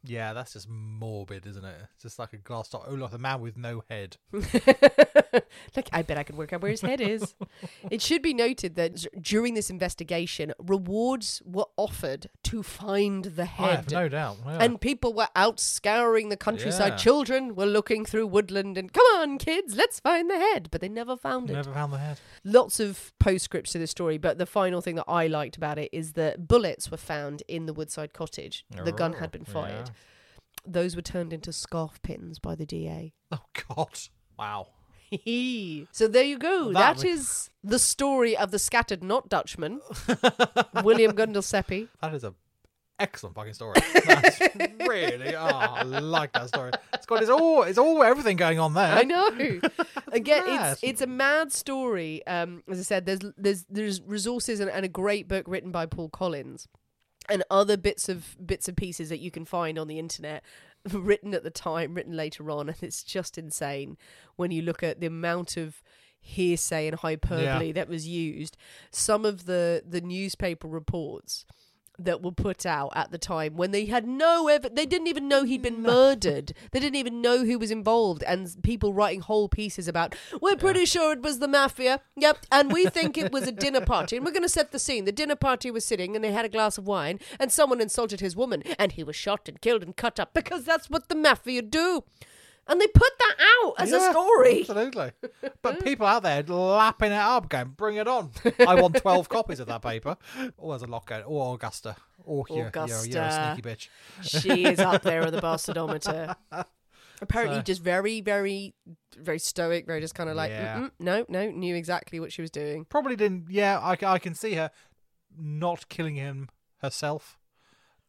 Speaker 2: yeah, that's just morbid, isn't it? It's just like a glass top. Oh, like a man with no head.
Speaker 1: Like, I bet I can work out where his head is. it should be noted that d- during this investigation, rewards were offered to find the head.
Speaker 2: I have no doubt. Yeah.
Speaker 1: And people were out scouring the countryside.
Speaker 2: Yeah.
Speaker 1: Children were looking through woodland and, come on, kids, let's find the head. But they never found it.
Speaker 2: Never found the head.
Speaker 1: lots of postscripts to this story, but the final thing that I liked about it is that bullets were found in the Woodside cottage. The gun had been
Speaker 2: Oh,
Speaker 1: fired.
Speaker 2: yeah.
Speaker 1: Those were turned into scarf pins by the DA.
Speaker 2: Oh, God. Wow.
Speaker 1: so there you go.
Speaker 2: That
Speaker 1: That is
Speaker 2: would-
Speaker 1: the story of the scattered not Dutchman, William Gundel Seppi.
Speaker 2: That is a excellent fucking story. That's really, oh, I like that story. It's got it's all it's all everything going on there.
Speaker 1: I know. Again,
Speaker 2: mad.
Speaker 1: it's it's a mad story. Um, as I said, there's there's there's resources and, and a great book written by Paul Collins, and other bits of bits and pieces that you can find on the internet, written at the time, written later on, and it's just insane when you look at the amount of hearsay and hyperbole
Speaker 2: Yeah.
Speaker 1: that was used. Some of the the newspaper reports that were put out at the time when they had no ever they didn't even know he'd been murdered they didn't even know who was involved and people writing whole pieces about we're pretty sure it was the mafia yep and we think it was a dinner party and we're going to set the scene the dinner party was sitting and they had a glass of wine and someone insulted his woman and he was shot and killed and cut up because that's what the mafia do and they put that out as
Speaker 2: Yeah,
Speaker 1: a story
Speaker 2: Absolutely. But people out there lapping it up, going, bring it on. I want 12 copies of that paper. Or there's a lot going, or Augusta. Oh, Or you're, You're, you're a
Speaker 1: Augusta.
Speaker 2: sneaky bitch.
Speaker 1: she is up there with the bastodometer. Apparently, just very, very, very stoic, very just kind of like,
Speaker 2: Yeah.
Speaker 1: "Mm-mm, no, no, knew exactly what she was doing.
Speaker 2: Probably didn't, yeah, I, I can see her not killing him herself,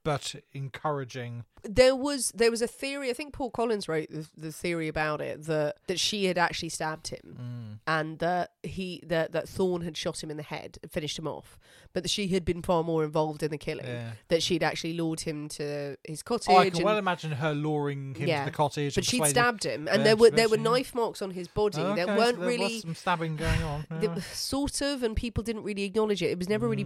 Speaker 2: but encouraging.
Speaker 1: There was there was a theory. I think Paul Collins wrote the, the theory about it that that she had actually stabbed
Speaker 2: Mm.
Speaker 1: him, and that he that that Thorn had shot him in the head, and finished him off, but that she had been far more involved in the killing.
Speaker 2: Yeah.
Speaker 1: That she'd actually lured him to his cottage.
Speaker 2: Oh, I can
Speaker 1: and-
Speaker 2: well imagine her luring him to the cottage.
Speaker 1: but
Speaker 2: and
Speaker 1: she'd
Speaker 2: persuading-
Speaker 1: stabbed him, and
Speaker 2: Yeah,
Speaker 1: there were
Speaker 2: she-
Speaker 1: there were
Speaker 2: she-
Speaker 1: knife marks on his body.
Speaker 2: Okay,
Speaker 1: there
Speaker 2: so
Speaker 1: weren't
Speaker 2: there was
Speaker 1: really
Speaker 2: some stabbing going on.
Speaker 1: Th-
Speaker 2: Yeah.
Speaker 1: sort of, and people didn't really acknowledge it. It was never really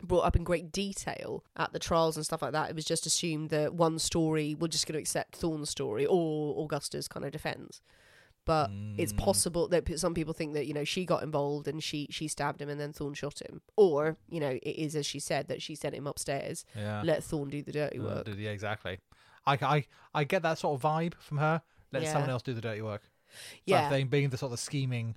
Speaker 2: Mm-hmm.
Speaker 1: brought up in great detail at the trials and stuff like that. It was just assumed that one story, we're just going to accept Thorne's story or Augusta's kind of defense. But it's
Speaker 2: Mm.
Speaker 1: possible that p- some people think that you know she got involved and she she stabbed him and then Thorne shot him, or you know it is as she said that she sent him upstairs,
Speaker 2: Yeah.
Speaker 1: let Thorne do the dirty
Speaker 2: Uh,
Speaker 1: work.
Speaker 2: do- yeah, exactly. I, I, I get that sort of vibe from her. Let
Speaker 1: Yeah.
Speaker 2: someone else do the dirty work. yeah.
Speaker 1: yeah,
Speaker 2: thing being the sort of scheming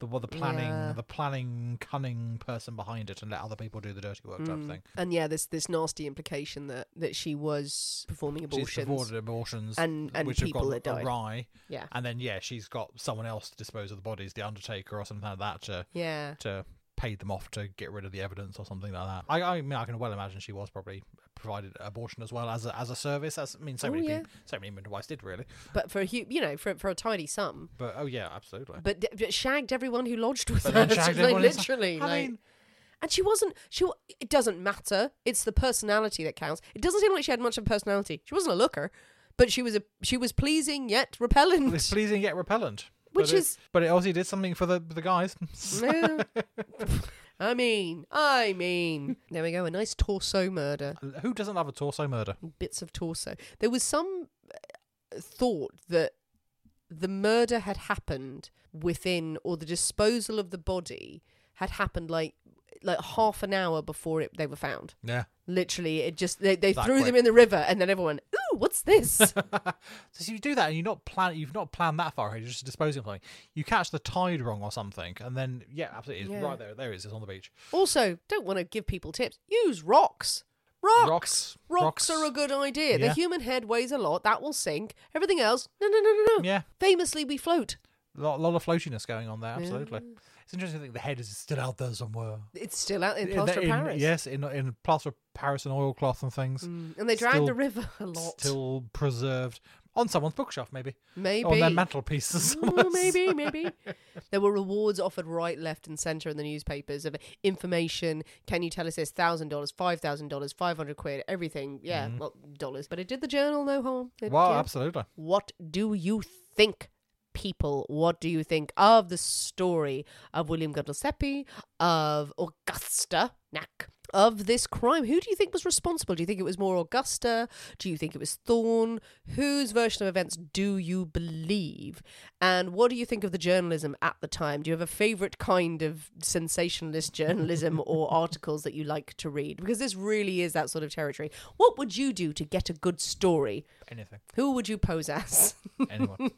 Speaker 2: the what the planning
Speaker 1: Yeah.
Speaker 2: the planning cunning person behind it and let other people do the dirty work type thing
Speaker 1: and yeah, this this nasty implication that that she was performing
Speaker 2: she's
Speaker 1: abortions.
Speaker 2: performed abortions
Speaker 1: And- and
Speaker 2: which
Speaker 1: people that
Speaker 2: have gone
Speaker 1: died.
Speaker 2: awry
Speaker 1: Yeah.
Speaker 2: and then yeah she's got someone else to dispose of the bodies the undertaker or something like that to
Speaker 1: yeah,
Speaker 2: to pay them off to get rid of the evidence or something like that i i mean i can well imagine she was probably provided abortion as well as a, as a service as i mean so
Speaker 1: Oh,
Speaker 2: many
Speaker 1: yeah.
Speaker 2: people so many midwives did really
Speaker 1: but for a hu- you know for for a tidy sum,
Speaker 2: but oh yeah absolutely
Speaker 1: but, d- but shagged everyone who lodged with
Speaker 2: But
Speaker 1: her.
Speaker 2: then shagged
Speaker 1: Like,
Speaker 2: everyone inside.
Speaker 1: literally,
Speaker 2: I
Speaker 1: like-
Speaker 2: mean-
Speaker 1: and she wasn't. She wa- it doesn't matter. It's the personality that counts. It doesn't seem like she had much of a personality. She wasn't a looker, but she was a she was pleasing yet repellent.
Speaker 2: it's pleasing yet repellent
Speaker 1: Which
Speaker 2: but it-
Speaker 1: is-
Speaker 2: but it also did something for the the guys
Speaker 1: Yeah. I mean, I mean, there we go. A nice torso murder,
Speaker 2: Who doesn't love a torso murder?
Speaker 1: bits of torso. There was some uh, thought that the murder had happened within, or the disposal of the body had happened like like half an hour before it, they were found.
Speaker 2: Yeah.
Speaker 1: Literally, it just they, they
Speaker 2: That
Speaker 1: threw them
Speaker 2: quick.
Speaker 1: in the river, and then everyone, ooh, what's this?
Speaker 2: So you do that and you're not plan you've not planned that far ahead, you're just disposing of something. You catch the tide wrong or something, and then yeah, absolutely it's
Speaker 1: Yeah.
Speaker 2: right there. There it is, it's on the beach.
Speaker 1: also, don't want to give people tips. Use rocks. Rocks.
Speaker 2: Rocks.
Speaker 1: Rocks,
Speaker 2: Rocks.
Speaker 1: are a good idea.
Speaker 2: Yeah.
Speaker 1: The human head weighs a lot. That will sink. Everything else, no, no, no, no, no.
Speaker 2: Yeah.
Speaker 1: Famously, we float.
Speaker 2: A lot, lot of floatiness going on there, absolutely. It's interesting to think the head is still out there somewhere.
Speaker 1: It's still out in
Speaker 2: In-
Speaker 1: plaster
Speaker 2: in-
Speaker 1: of Paris. Mm,
Speaker 2: Yes, in in plaster of Paris and oilcloth and things.
Speaker 1: And they drag
Speaker 2: Still-
Speaker 1: the river a lot.
Speaker 2: Still preserved. On someone's bookshelf, maybe.
Speaker 1: Maybe.
Speaker 2: On their mantelpiece or
Speaker 1: Ooh,
Speaker 2: somewhere.
Speaker 1: maybe, maybe. there were rewards offered right, left, and centre in the newspapers of information. Can you tell us this? Thousand dollars, five thousand dollars, five hundred quid, everything. Yeah, well, dollars. But it did the journal no harm. It-
Speaker 2: Mm-hmm. Well,
Speaker 1: yeah.
Speaker 2: absolutely.
Speaker 1: What do you think, people? What do you think of the story of William Guttlesepi, of Augusta Knack, of this crime? Who do you think was responsible? Do you think it was more Augusta? Do you think it was Thorn? Whose version of events do you believe? And what do you think of the journalism at the time? Do you have a favorite kind of sensationalist journalism or articles that you like to read? Because this really is that sort of territory. What would you do to get a good story?
Speaker 2: Anything.
Speaker 1: Who would you pose as?
Speaker 2: Anyone.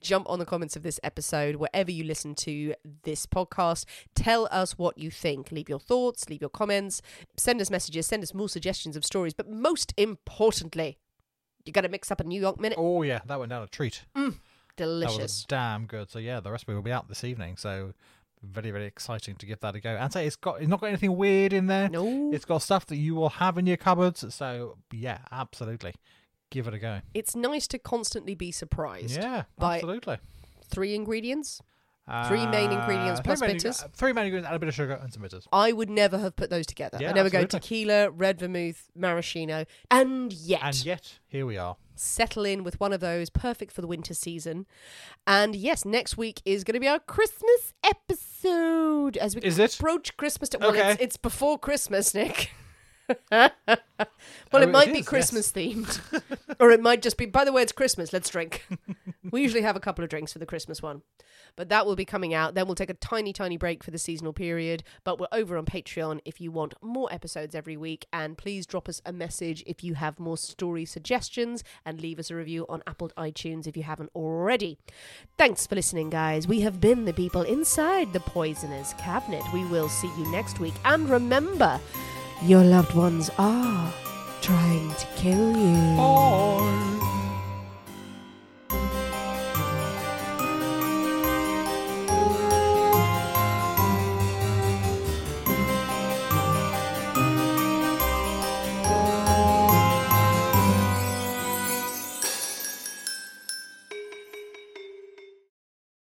Speaker 1: Jump on the comments of this episode, wherever you listen to this podcast. Tell us what you think. Leave your thoughts, leave your comments, send us messages, send us more suggestions of stories. But most importantly, you got to mix up a New York Minute.
Speaker 2: oh yeah, that went down a treat.
Speaker 1: Delicious.
Speaker 2: That was damn good. So yeah, the recipe will be out this evening. So very very exciting to give that a go. And say it's got it's not got anything weird in there.
Speaker 1: No.
Speaker 2: it's got stuff that you will have in your cupboards. So yeah, absolutely, give it a go.
Speaker 1: It's nice to constantly be surprised.
Speaker 2: Yeah,
Speaker 1: by
Speaker 2: absolutely.
Speaker 1: three ingredients. Three main ingredients
Speaker 2: Uh, three
Speaker 1: plus
Speaker 2: main
Speaker 1: bitters?
Speaker 2: ingre- three main ingredients and a bit of sugar and some bitters.
Speaker 1: I would never have put those together.
Speaker 2: Yeah,
Speaker 1: I never go
Speaker 2: absolutely.
Speaker 1: tequila, red vermouth, maraschino, and yet,
Speaker 2: And yet here we are.
Speaker 1: settle in with one of those, perfect for the winter season. And yes, next week is going to be our Christmas episode as we
Speaker 2: Is it?
Speaker 1: approach Christmas. T- well,
Speaker 2: Okay.
Speaker 1: it's, it's before Christmas, Nick. well, it
Speaker 2: Oh, it
Speaker 1: might
Speaker 2: is,
Speaker 1: be
Speaker 2: yes.
Speaker 1: Christmas themed, or it might just be. By the way, it's Christmas. Let's drink. we usually have a couple of drinks for the Christmas one, but that will be coming out. Then we'll take a tiny, tiny break for the seasonal period. But we're over on Patreon if you want more episodes every week, and please drop us a message if you have more story suggestions, and leave us a review on Apple iTunes if you haven't already. Thanks for listening, guys. We have been the people inside the poisoner's cabinet. We will see you next week, and remember. Your loved ones are trying to kill you.